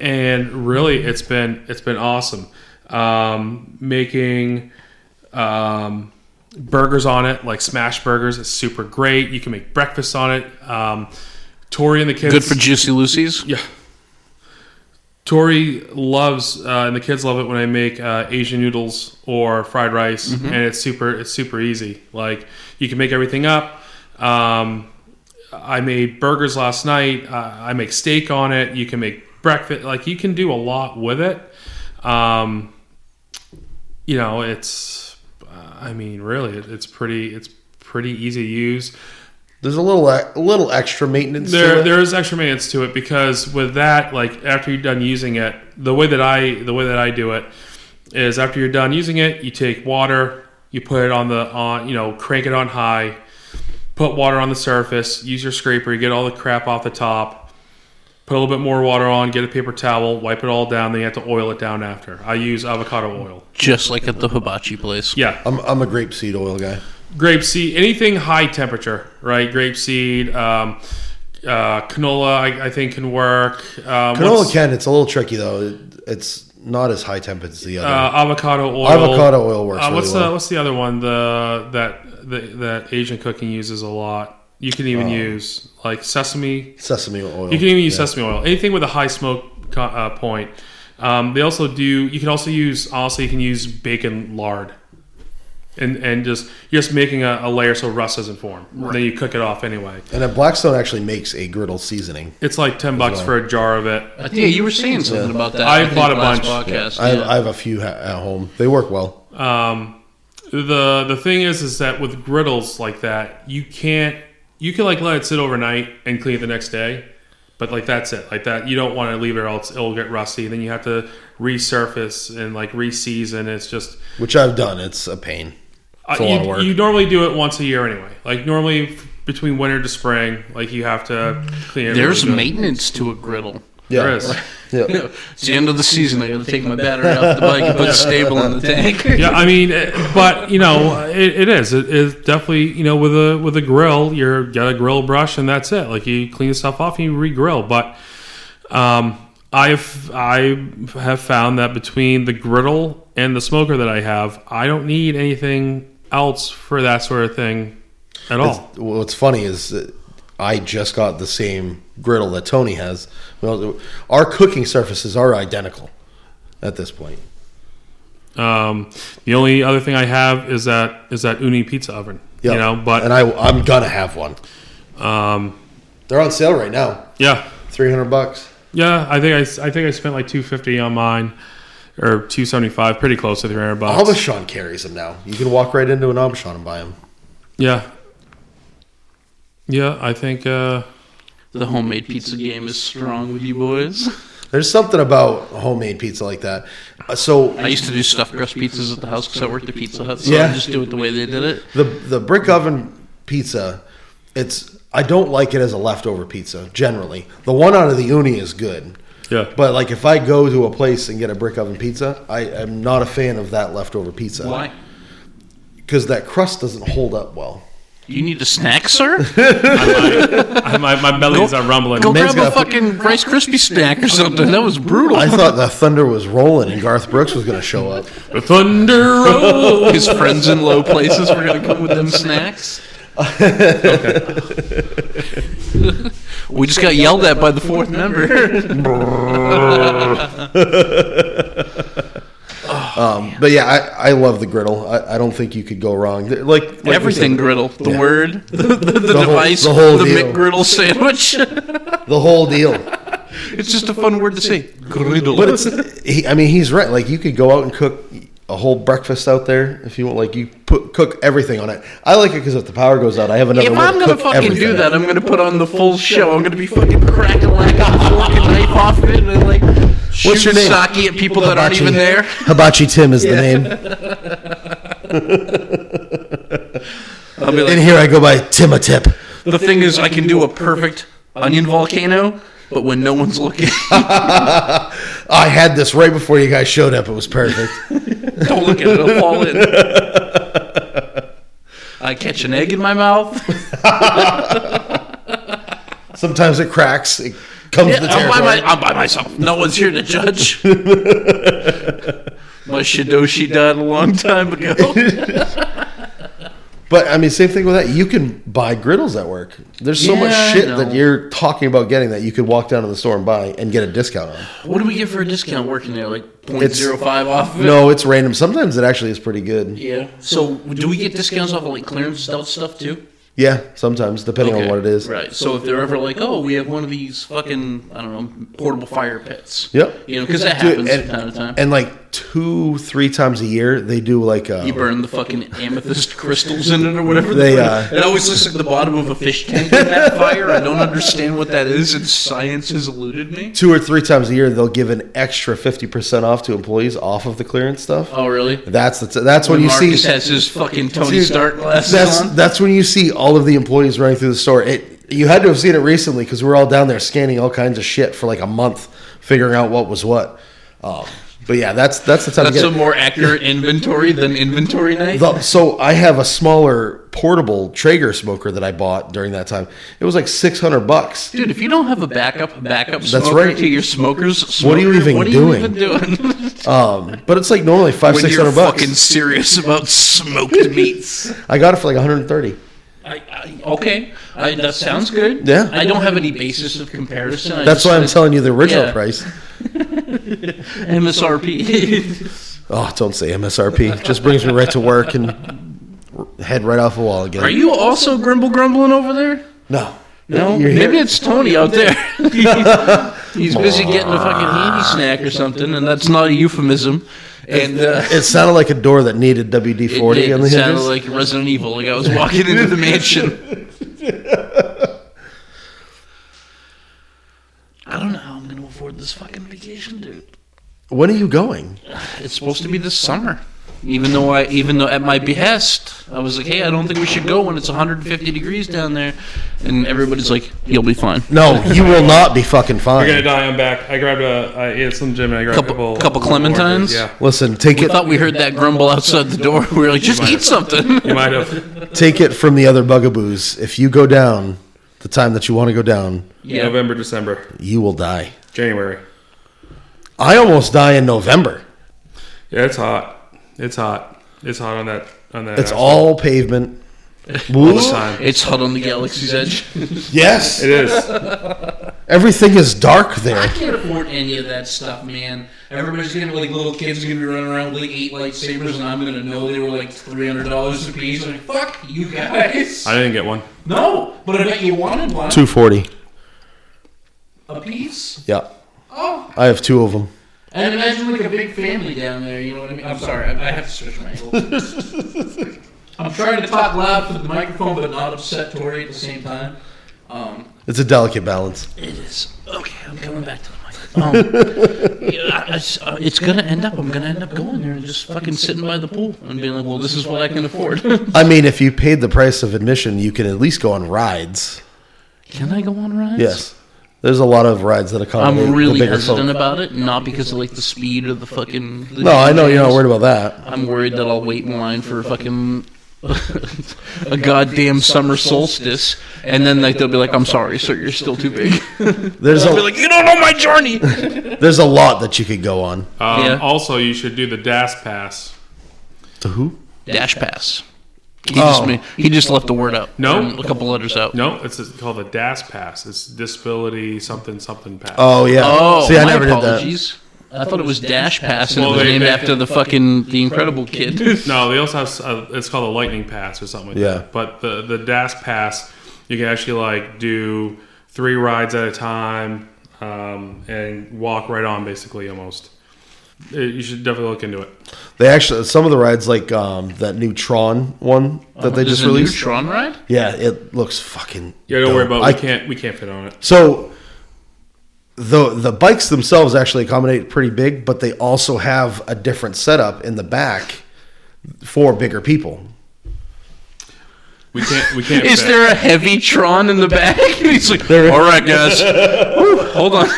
Speaker 1: and really, it's been it's been awesome. Um, making um, burgers on it, like smash burgers, is super great. You can make breakfast on it. Um, Tori and the kids
Speaker 3: Good for Juicy Lucy's.
Speaker 1: yeah. Tori loves uh, and the kids love it when I make uh, Asian noodles or fried rice, and it's super it's super easy. Like you can make everything up. Um, I made burgers last night. Uh, I make steak on it. You can make breakfast. Like you can do a lot with it. Um, you know, it's. I mean, really, it, it's pretty. It's pretty easy to use.
Speaker 2: There's a little a little extra maintenance. to
Speaker 1: There,
Speaker 2: it.
Speaker 1: there is extra maintenance to it because with that, like after you're done using it, the way that I the way that I do it is after you're done using it, you take water, you put it on the on you know crank it on high, put water on the surface, use your scraper, you get all the crap off the top, put a little bit more water on, get a paper towel, wipe it all down, then you have to oil it down after. I use avocado oil.
Speaker 3: Just like at the hibachi place.
Speaker 1: Yeah,
Speaker 2: I'm I'm a grape seed oil guy.
Speaker 1: grape seed, anything high temperature, right? Grape seed, um, uh, canola, I, I think can work. Um,
Speaker 2: Canola
Speaker 1: what's-
Speaker 2: can. It's a little tricky though. It, it's not as high temp as the other.
Speaker 1: uh, avocado oil.
Speaker 2: Avocado oil works
Speaker 1: Uh, what's
Speaker 2: really well.
Speaker 1: the what's the other one? The that the, that Asian cooking uses a lot. You can even use like sesame.
Speaker 2: Sesame oil.
Speaker 1: You can even use
Speaker 2: Uh, Yeah.
Speaker 1: sesame oil. Anything with a high smoke co- uh, point. Um, they also do. You can also use. Also, you can use bacon lard. And, and just you're just making a, a layer so rust doesn't form. And then you cook it off anyway.
Speaker 2: And then Blackstone actually makes a griddle seasoning.
Speaker 1: It's like ten bucks for a jar of it.
Speaker 3: I think- Yeah, you were saying something about that.
Speaker 1: I
Speaker 3: think,
Speaker 1: bought a
Speaker 3: last
Speaker 1: bunch.
Speaker 3: Podcast.
Speaker 2: I have,
Speaker 3: yeah.
Speaker 2: I have a few ha- at home. They work well.
Speaker 1: Um, the the thing is, is that with griddles like that, you can't. You can like let it sit overnight and clean it the next day, but like that's it. Like that, you don't want to leave it, or else it'll get rusty. Then you have to resurface and like reseason. It's just
Speaker 2: which I've done. It's a pain. It's a
Speaker 1: uh,
Speaker 2: lot
Speaker 1: you,
Speaker 2: of work.
Speaker 1: you normally do it once a year anyway. Like normally f- between winter to spring, like you have to clean it.
Speaker 3: There's
Speaker 1: really good.
Speaker 3: maintenance to a griddle.
Speaker 2: yeah.
Speaker 1: There is.
Speaker 2: Yeah.
Speaker 3: It's the end of the season. I got to take my battery off the bike and put a stable in the tank.
Speaker 1: yeah, I mean, it- but you know, it, it is. It is definitely you know with a with a grill, you're got a grill brush and that's it. Like you clean stuff off and you re-grill. But um, I've I have found that between the griddle and the smoker that I have, I don't need anything else for that sort of thing at all.
Speaker 2: It's- what's funny is that I just got the same griddle that Tony has. Well, our cooking surfaces are identical at this point.
Speaker 1: Um, the only other thing I have is that is that uni pizza oven.
Speaker 2: Yeah,
Speaker 1: You know,
Speaker 2: and
Speaker 1: but
Speaker 2: I I'm gonna have one.
Speaker 1: um,
Speaker 2: They're on sale right now,
Speaker 1: yeah,
Speaker 2: three hundred bucks.
Speaker 1: yeah. I think I, s- I think I spent like two fifty on mine, or two seventy five, pretty close to three hundred bucks.
Speaker 2: Abashan carries them now. You can walk right into an Abashan and buy them.
Speaker 1: Yeah, yeah. I think uh,
Speaker 3: The homemade pizza game is strong with you boys.
Speaker 2: There's something about homemade pizza like that. Uh, So
Speaker 3: I used to do stuffed crust pizzas at the house because I worked at Pizza Hut, so
Speaker 2: Yeah.
Speaker 3: I just do it the way they did it.
Speaker 2: the the brick oven pizza, it's I don't like it as a leftover pizza generally. The one out of the uni is good.
Speaker 1: yeah.
Speaker 2: But like if I go to a place and get a brick oven pizza, I am not a fan of that leftover pizza.
Speaker 3: Why?
Speaker 2: Because that crust doesn't hold up well.
Speaker 3: You need a snack, sir?
Speaker 1: I, my my bellies are rumbling.
Speaker 3: Go
Speaker 2: Man's
Speaker 3: grab a
Speaker 2: gotta put-
Speaker 3: fucking Rice Krispie snack or something. That was brutal.
Speaker 2: I thought the thunder was rolling and Garth Brooks was going to show up.
Speaker 1: The thunder rolls.
Speaker 3: His friends in low places were gonna come with them snacks. we just got yelled at by the fourth member.
Speaker 2: Um, but yeah, I, I love the griddle. I, I don't think you could go wrong. They're Like, like we
Speaker 3: Everything
Speaker 2: said,
Speaker 3: griddle, the word, the, the, the
Speaker 2: whole-
Speaker 3: device,
Speaker 2: the whole
Speaker 3: the
Speaker 2: deal.
Speaker 3: McGriddle sandwich.
Speaker 2: the whole deal.
Speaker 3: it's just a fun word to say.
Speaker 2: But
Speaker 3: Griddle.
Speaker 2: it's he, I mean he's right. Like you could go out and cook a whole breakfast out there if you want. Like you put cook everything on it. I like it because if the power goes out, I have another.
Speaker 3: If
Speaker 2: way
Speaker 3: I'm
Speaker 2: to
Speaker 3: gonna
Speaker 2: cook
Speaker 3: fucking do
Speaker 2: everything.
Speaker 3: that, I'm gonna put on the full show. I'm gonna be fucking crack a lack fork and knife off it and then, like
Speaker 2: What's your
Speaker 3: shooting
Speaker 2: name?
Speaker 3: sake at people that aren't even there.
Speaker 2: Hibachi Tim is the name.
Speaker 3: I'll be like,
Speaker 2: And here I go by Timotip.
Speaker 3: The thing is, I can do a perfect onion volcano, but when no one's looking,
Speaker 2: I had this right before you guys showed up. It was perfect.
Speaker 3: don't look at it, it'll fall in. I catch an egg in my mouth.
Speaker 2: Sometimes it cracks. It comes to the
Speaker 3: I'm, by
Speaker 2: territory.
Speaker 3: my, I'm by myself. No one's here to judge. my Shidoshi died a long time ago.
Speaker 2: but I mean, same thing with that. You can buy griddles at work. There's so much
Speaker 3: Yeah, I
Speaker 2: shit
Speaker 3: know.
Speaker 2: that you're talking about getting that you could walk down to the store and buy and get a discount on.
Speaker 3: what do we get for a discount working there? Like 0.05 off of it?
Speaker 2: No, it's random. Sometimes it actually is pretty good.
Speaker 3: Yeah. So do we get discounts off of like clearance stout stuff too?
Speaker 2: Yeah, sometimes depending on
Speaker 3: Okay.
Speaker 2: what it is.
Speaker 3: Right. So if they're ever like, oh, we have one of these fucking, I don't know, portable fire pits.
Speaker 2: Yep.
Speaker 3: You know, because that
Speaker 2: Dude,
Speaker 3: happens
Speaker 2: and-
Speaker 3: from time to time.
Speaker 2: And like two, three times a year, they do like uh, a.
Speaker 3: you burn the fucking amethyst crystals in it or whatever.
Speaker 2: They, uh,
Speaker 3: it always looks like the bottom of a fish tank in that fire. I don't understand what that is, and science has eluded me.
Speaker 2: Two or three times a year, they'll give an extra fifty percent off to employees off of the clearance stuff.
Speaker 3: Oh, really?
Speaker 2: That's the t- that's when you
Speaker 3: Marcus
Speaker 2: see
Speaker 3: has his fucking Tony
Speaker 2: Dude,
Speaker 3: Stark glasses
Speaker 2: that's
Speaker 3: on.
Speaker 2: that's when you see all of the employees running through the store. It you had to have seen it recently because we were all down there scanning all kinds of shit for like a month, figuring out what was what. Um, but yeah, that's that's the time
Speaker 3: That's
Speaker 2: to
Speaker 3: a
Speaker 2: get. it.
Speaker 3: more accurate inventory than inventory night.
Speaker 2: The- so I have a smaller portable Traeger smoker that I bought during that time. It was like six hundred bucks.
Speaker 3: Dude, if you don't have a backup, backup
Speaker 2: That's
Speaker 3: smoker
Speaker 2: right.
Speaker 3: to your smokers,
Speaker 2: What are you
Speaker 3: smoker,
Speaker 2: even
Speaker 3: what are
Speaker 2: doing?
Speaker 3: You even doing?
Speaker 2: Um, but it's like normally five
Speaker 3: when
Speaker 2: six
Speaker 3: you're
Speaker 2: hundred bucks.
Speaker 3: fucking serious about smoked meats.
Speaker 2: I got it for like one hundred and thirty.
Speaker 3: I, I, okay, I, that sounds good.
Speaker 2: Yeah.
Speaker 3: I don't have any basis of comparison. I
Speaker 2: That's
Speaker 3: just
Speaker 2: why I'm
Speaker 3: said
Speaker 2: telling you the original
Speaker 3: Yeah.
Speaker 2: price.
Speaker 3: MSRP.
Speaker 2: Oh, don't say MSRP. Just brings me right to work and head right off a wall again.
Speaker 3: Are you also grumble grumbling over there?
Speaker 2: No.
Speaker 3: No,
Speaker 2: You're here.
Speaker 3: maybe it's Tony out there. He's busy getting a fucking handy snack or something, and that's not a euphemism. And uh,
Speaker 2: It sounded like a door that needed
Speaker 3: it,
Speaker 2: WD
Speaker 3: did.
Speaker 2: forty on the
Speaker 3: It sounded
Speaker 2: hinges.
Speaker 3: like Resident Evil. Like I was walking into the mansion. I don't know how I'm going to afford this fucking vacation, dude.
Speaker 2: when are you going?
Speaker 3: It's supposed to be this summer. Even though I, even though at my behest, I was like, "Hey, I don't think we should go when it's 150 degrees down there," and everybody's like, "You'll be fine."
Speaker 2: No, you will not be fucking
Speaker 1: You're gonna
Speaker 2: fine.
Speaker 1: die. I'm back. I grabbed a. I ate some gym and I grabbed
Speaker 3: Couple-
Speaker 1: a couple,
Speaker 3: couple clementines?
Speaker 1: Yeah,
Speaker 2: Listen, take
Speaker 3: We
Speaker 2: it
Speaker 3: thought we heard that grumble outside the door. We were like, "Just eat something."
Speaker 1: you might have
Speaker 2: take it from the other bugaboos. If you go down the time that you want to go down,
Speaker 3: Yeah.
Speaker 1: November, December,
Speaker 2: you will die.
Speaker 1: January.
Speaker 2: I almost die in November.
Speaker 1: Yeah, it's hot. It's hot. It's hot on that on that.
Speaker 2: It's
Speaker 1: aspect.
Speaker 2: all pavement. Woo.
Speaker 1: time.
Speaker 3: It's hot on the galaxy's edge.
Speaker 2: Yes,
Speaker 1: It is.
Speaker 2: everything is dark
Speaker 3: I
Speaker 2: there.
Speaker 3: can't afford any of that stuff, man. Everybody's gonna like little kids are gonna be running around with like eight lightsabers, and I'm gonna know they were like three hundred dollars a piece. Like fuck you guys.
Speaker 1: I didn't get one.
Speaker 3: no, but I bet you wanted one
Speaker 2: Two forty.
Speaker 3: a piece.
Speaker 2: Yeah,
Speaker 3: Oh,
Speaker 2: I have two of them.
Speaker 3: and imagine like a big family down there. You know what I mean? I'm sorry, I, I have to switch my angle. I'm trying to talk loud for the microphone, but not upset Tori at the same time. Um,
Speaker 2: It's a delicate balance.
Speaker 3: It is. Okay, I'm coming back to the mic. Um, yeah, I- I s- uh, it's going to end up, I'm going to end up going there and just fucking sitting by the pool and being like, well, this is what I can afford.
Speaker 2: I mean, if you paid the price of admission, you can at least go on rides.
Speaker 3: can I go on rides?
Speaker 2: Yes, there's a lot of rides that accommodate.
Speaker 3: I'm
Speaker 2: the
Speaker 3: really
Speaker 2: bigger
Speaker 3: hesitant
Speaker 2: folk.
Speaker 3: about it, not because of like the speed or the fucking. the
Speaker 2: No, I know you're not
Speaker 3: details.
Speaker 2: worried about that.
Speaker 3: I'm worried that I'll wait in line for a fucking a goddamn summer solstice, and then like they'll be like, "I'm sorry, sir, you're still too big."
Speaker 2: There's
Speaker 3: I'll be
Speaker 2: a
Speaker 3: like, "You don't know my journey."
Speaker 2: there's a lot that you could go on.
Speaker 1: Um,
Speaker 3: Yeah.
Speaker 1: Also, you should do the DAS pass.
Speaker 2: To who?
Speaker 3: Dash pass. He just
Speaker 2: Oh.
Speaker 3: ma- he just left the word out.
Speaker 1: No.
Speaker 3: Um, a couple letters out.
Speaker 1: No, it's it's called a DAS pass. It's disability something something pass.
Speaker 2: Oh yeah.
Speaker 3: Oh,
Speaker 2: See, I
Speaker 3: my
Speaker 2: never did
Speaker 3: apologies. I thought it was Dash Pass and
Speaker 1: Well,
Speaker 3: it was
Speaker 1: they-
Speaker 3: named
Speaker 1: they-
Speaker 3: after the fucking the Incredible Kid.
Speaker 1: No, they also have uh, it's called a lightning pass or something. Like
Speaker 2: Yeah.
Speaker 1: That. But the the DAS pass, you can actually like do three rides at a time um, and walk right on, basically almost. Uh, you should definitely look into it.
Speaker 2: that. They actually some of the rides like um, that new Tron one that
Speaker 1: Oh,
Speaker 2: they
Speaker 3: There's
Speaker 2: just
Speaker 3: a new
Speaker 2: released.
Speaker 3: Tron ride.
Speaker 2: yeah, it looks fucking.
Speaker 1: Yeah, don't worry
Speaker 2: dope.
Speaker 1: about.
Speaker 2: I
Speaker 1: we can't we can't fit on it.
Speaker 2: So the the bikes themselves actually accommodate pretty big, but they also have a different setup in the back for bigger people.
Speaker 1: We can't we can't.
Speaker 3: Is
Speaker 1: fit.
Speaker 3: there a heavy Tron in the back? And he's like,
Speaker 2: There-
Speaker 3: all right, guys, Whew, hold on,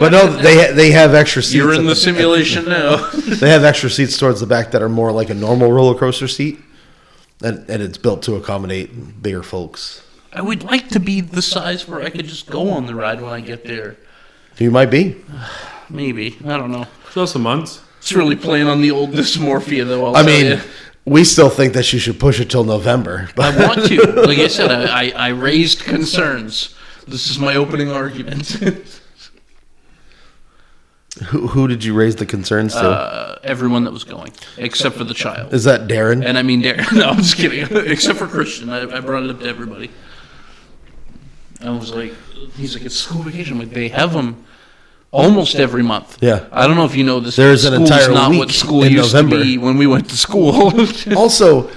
Speaker 2: But no, they ha- they have extra seats.
Speaker 3: you're
Speaker 2: at
Speaker 3: in the simulation now.
Speaker 2: They have extra seats towards the back that are more like a normal roller coaster seat, and and it's built to accommodate bigger folks.
Speaker 3: I would like to be the size where I could just go on the ride when I get there.
Speaker 2: You might be.
Speaker 3: Maybe I don't know.
Speaker 1: still some months?
Speaker 3: It's really playing on the old dysmorphia, though. I'll
Speaker 2: I
Speaker 3: tell
Speaker 2: mean,
Speaker 3: ya.
Speaker 2: we still think that you should push it till November, but
Speaker 3: I want to. Like I said, I, I, I raised concerns. This is my opening argument.
Speaker 2: who, who did you raise the concerns to?
Speaker 3: Uh, everyone that was going, except for the child.
Speaker 2: Is that Darren?
Speaker 3: And I mean, Darren. No, I'm just kidding. except for Christian. I, I brought it up to everybody. I was like, he's like, it's school vacation. I'm like, they have them almost every month.
Speaker 2: Yeah.
Speaker 3: I don't know if you know this.
Speaker 2: There's an
Speaker 3: school is
Speaker 2: entire
Speaker 3: not what
Speaker 2: week
Speaker 3: school
Speaker 2: in
Speaker 3: used
Speaker 2: November.
Speaker 3: to be when we went to school.
Speaker 2: also,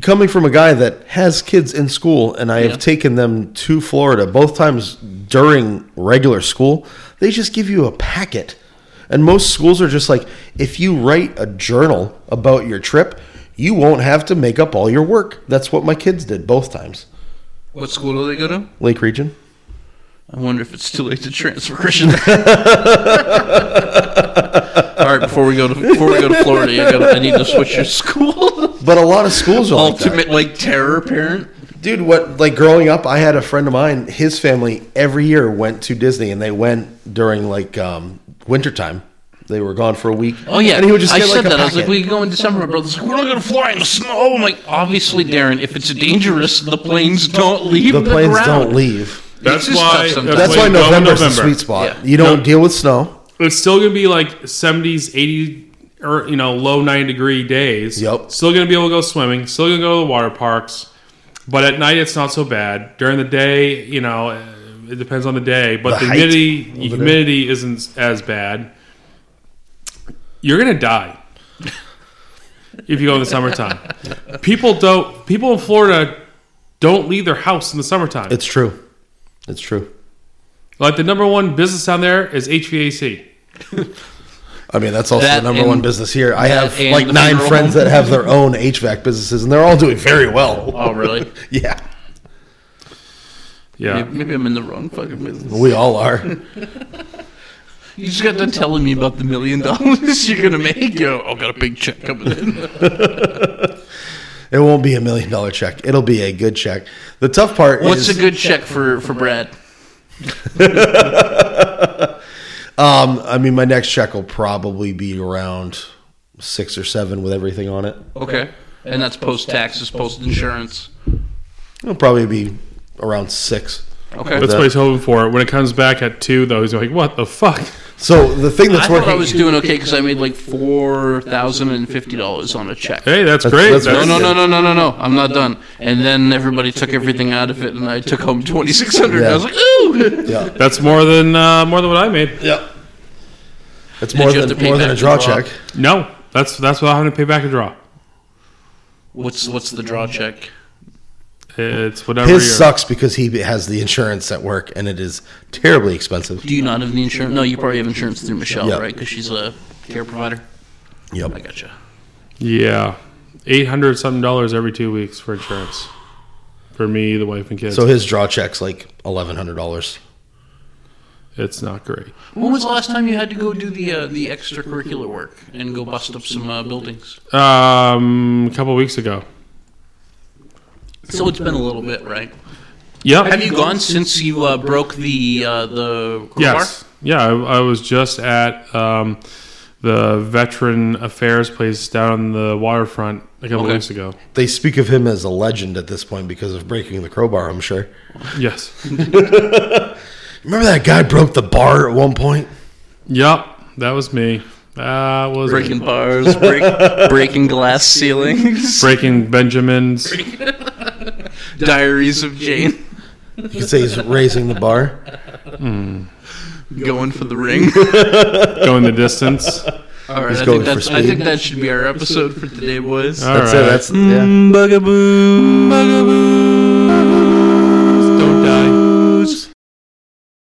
Speaker 2: coming from a guy that has kids in school, and I
Speaker 3: Yeah.
Speaker 2: have taken them to Florida both times during regular school, they just give you a packet. And most schools are just like, if you write a journal about your trip, you won't have to make up all your work. That's what my kids did both times.
Speaker 3: what school do they go to?
Speaker 2: Lake Region.
Speaker 3: I wonder if it's too late to transfer Christian. All right, before we go to before we go to Florida, I, gotta, I need to switch your school.
Speaker 2: But a lot of schools are like that.
Speaker 3: Ultimate like terror parent.
Speaker 2: Dude, what like growing up, I had a friend of mine. His family every year went to Disney, and they went during like um, wintertime. They were gone for a week.
Speaker 3: Oh yeah,
Speaker 2: and he would just
Speaker 3: I
Speaker 2: get
Speaker 3: said
Speaker 2: like a
Speaker 3: that. I was like,
Speaker 2: packet.
Speaker 3: we could go in December. My brother's like, we're not gonna fly in the snow. I'm like, obviously, Darren, if it's dangerous, the planes don't leave the,
Speaker 2: the planes
Speaker 3: ground.
Speaker 2: don't leave.
Speaker 1: That's
Speaker 3: just
Speaker 1: why.
Speaker 3: tough sometimes.
Speaker 2: That's
Speaker 3: That's
Speaker 2: why
Speaker 1: you go in
Speaker 2: November's the
Speaker 1: November.
Speaker 2: sweet spot.
Speaker 3: Yeah.
Speaker 2: You don't
Speaker 1: No.
Speaker 2: deal with snow.
Speaker 1: It's still gonna be like seventies, eighty, or you know, low nine degree days.
Speaker 2: Yep.
Speaker 1: Still gonna be able to go swimming. Still gonna go to the water parks. But at night, it's not so bad. During the day, you know, uh, it depends on the day. But
Speaker 2: The
Speaker 1: the,
Speaker 2: height
Speaker 1: humidity,
Speaker 2: it.
Speaker 1: humidity isn't as bad. You're gonna die if you go in the summertime. people don't. People in Florida don't leave their house in the summertime.
Speaker 2: It's true. It's true.
Speaker 1: like the number one business down there is HVAC.
Speaker 2: I mean, that's also
Speaker 3: That
Speaker 2: the number
Speaker 3: and-
Speaker 2: one business here. I
Speaker 3: that
Speaker 2: have
Speaker 3: and
Speaker 2: like
Speaker 3: the
Speaker 2: nine
Speaker 3: funeral
Speaker 2: friends
Speaker 3: home.
Speaker 2: that have their own HVAC businesses, and they're all doing very well.
Speaker 3: Oh really?
Speaker 2: Yeah,
Speaker 1: Yeah.
Speaker 3: Maybe, maybe I'm in the wrong fucking business.
Speaker 2: we all are.
Speaker 3: You just got done telling me about the million dollars you're gonna make. Yo, I got a big check coming in.
Speaker 2: It won't be a million dollar check. It'll be a good check. The tough part
Speaker 3: What's
Speaker 2: is
Speaker 3: a good check for for Brad?
Speaker 2: Um, I mean, my next check will probably be around six or seven with everything on it.
Speaker 3: Okay. And that's post taxes, post insurance.
Speaker 2: It'll probably be around six.
Speaker 3: Okay.
Speaker 1: That's
Speaker 2: that-
Speaker 1: what he's hoping for. When it comes back at two, though, he's like, "What the fuck?"
Speaker 2: So the thing
Speaker 3: I
Speaker 2: that's
Speaker 3: thought
Speaker 2: working.
Speaker 3: I was doing okay because I made like four thousand and fifty dollars on a check.
Speaker 1: Hey, that's,
Speaker 2: That's-
Speaker 1: great.
Speaker 2: that's
Speaker 3: No,
Speaker 1: That's-
Speaker 3: no, no, no, no, no, no! I'm not done. And then everybody took everything out of it, and I took home twenty six hundred. I was like, ooh!
Speaker 2: yeah,
Speaker 1: That's more than uh, more than what I made.
Speaker 2: yeah. It's
Speaker 3: Did
Speaker 2: more
Speaker 3: you have
Speaker 2: than
Speaker 3: to pay
Speaker 2: more than
Speaker 3: back
Speaker 2: a
Speaker 3: the
Speaker 2: draw,
Speaker 3: draw?
Speaker 2: check.
Speaker 1: No, that's that's what I'm having to pay back a draw.
Speaker 3: What's what's the draw check?
Speaker 1: It's whatever.
Speaker 2: His
Speaker 1: your-
Speaker 2: sucks because he has the insurance at work and it is terribly expensive.
Speaker 3: Do you not have the insurance? No, you probably have insurance through Michelle,
Speaker 2: Yeah.
Speaker 3: right? Because she's a care provider. I
Speaker 2: Yep.
Speaker 3: gotcha.
Speaker 1: Yeah, eight hundred something dollars every two weeks for insurance. For me, the wife and kids,
Speaker 2: So his draw check's like eleven hundred dollars.
Speaker 1: it's not great.
Speaker 3: When was the last time you had to go do the uh, the extracurricular work and go bust up some uh, buildings?
Speaker 1: Um, a couple weeks ago.
Speaker 3: So it's been a little bit, right?
Speaker 1: Yep.
Speaker 3: Have you gone since you uh, broke the uh, the crowbar?
Speaker 1: Yes. Yeah, I, I was just at um, the veteran affairs place down on the waterfront a couple
Speaker 3: Okay.
Speaker 1: weeks ago.
Speaker 2: They speak of him as a legend at this point because of breaking the crowbar. I'm sure.
Speaker 1: Yes.
Speaker 2: Remember that guy broke the bar at one point.
Speaker 1: yep. That was me. That was
Speaker 3: Breaking bars, break, breaking glass ceilings,
Speaker 1: breaking Benjamins.
Speaker 3: diaries of Jane,
Speaker 2: You could say he's raising the bar.
Speaker 3: going for the ring.
Speaker 1: going the distance.
Speaker 3: All right, I
Speaker 2: going
Speaker 3: think,
Speaker 2: for
Speaker 3: that's, I
Speaker 2: speed.
Speaker 3: think that should be our episode for today, boys.
Speaker 1: All
Speaker 2: That's
Speaker 1: right.
Speaker 2: it. That's yeah.
Speaker 3: Bugaboo, bugaboo.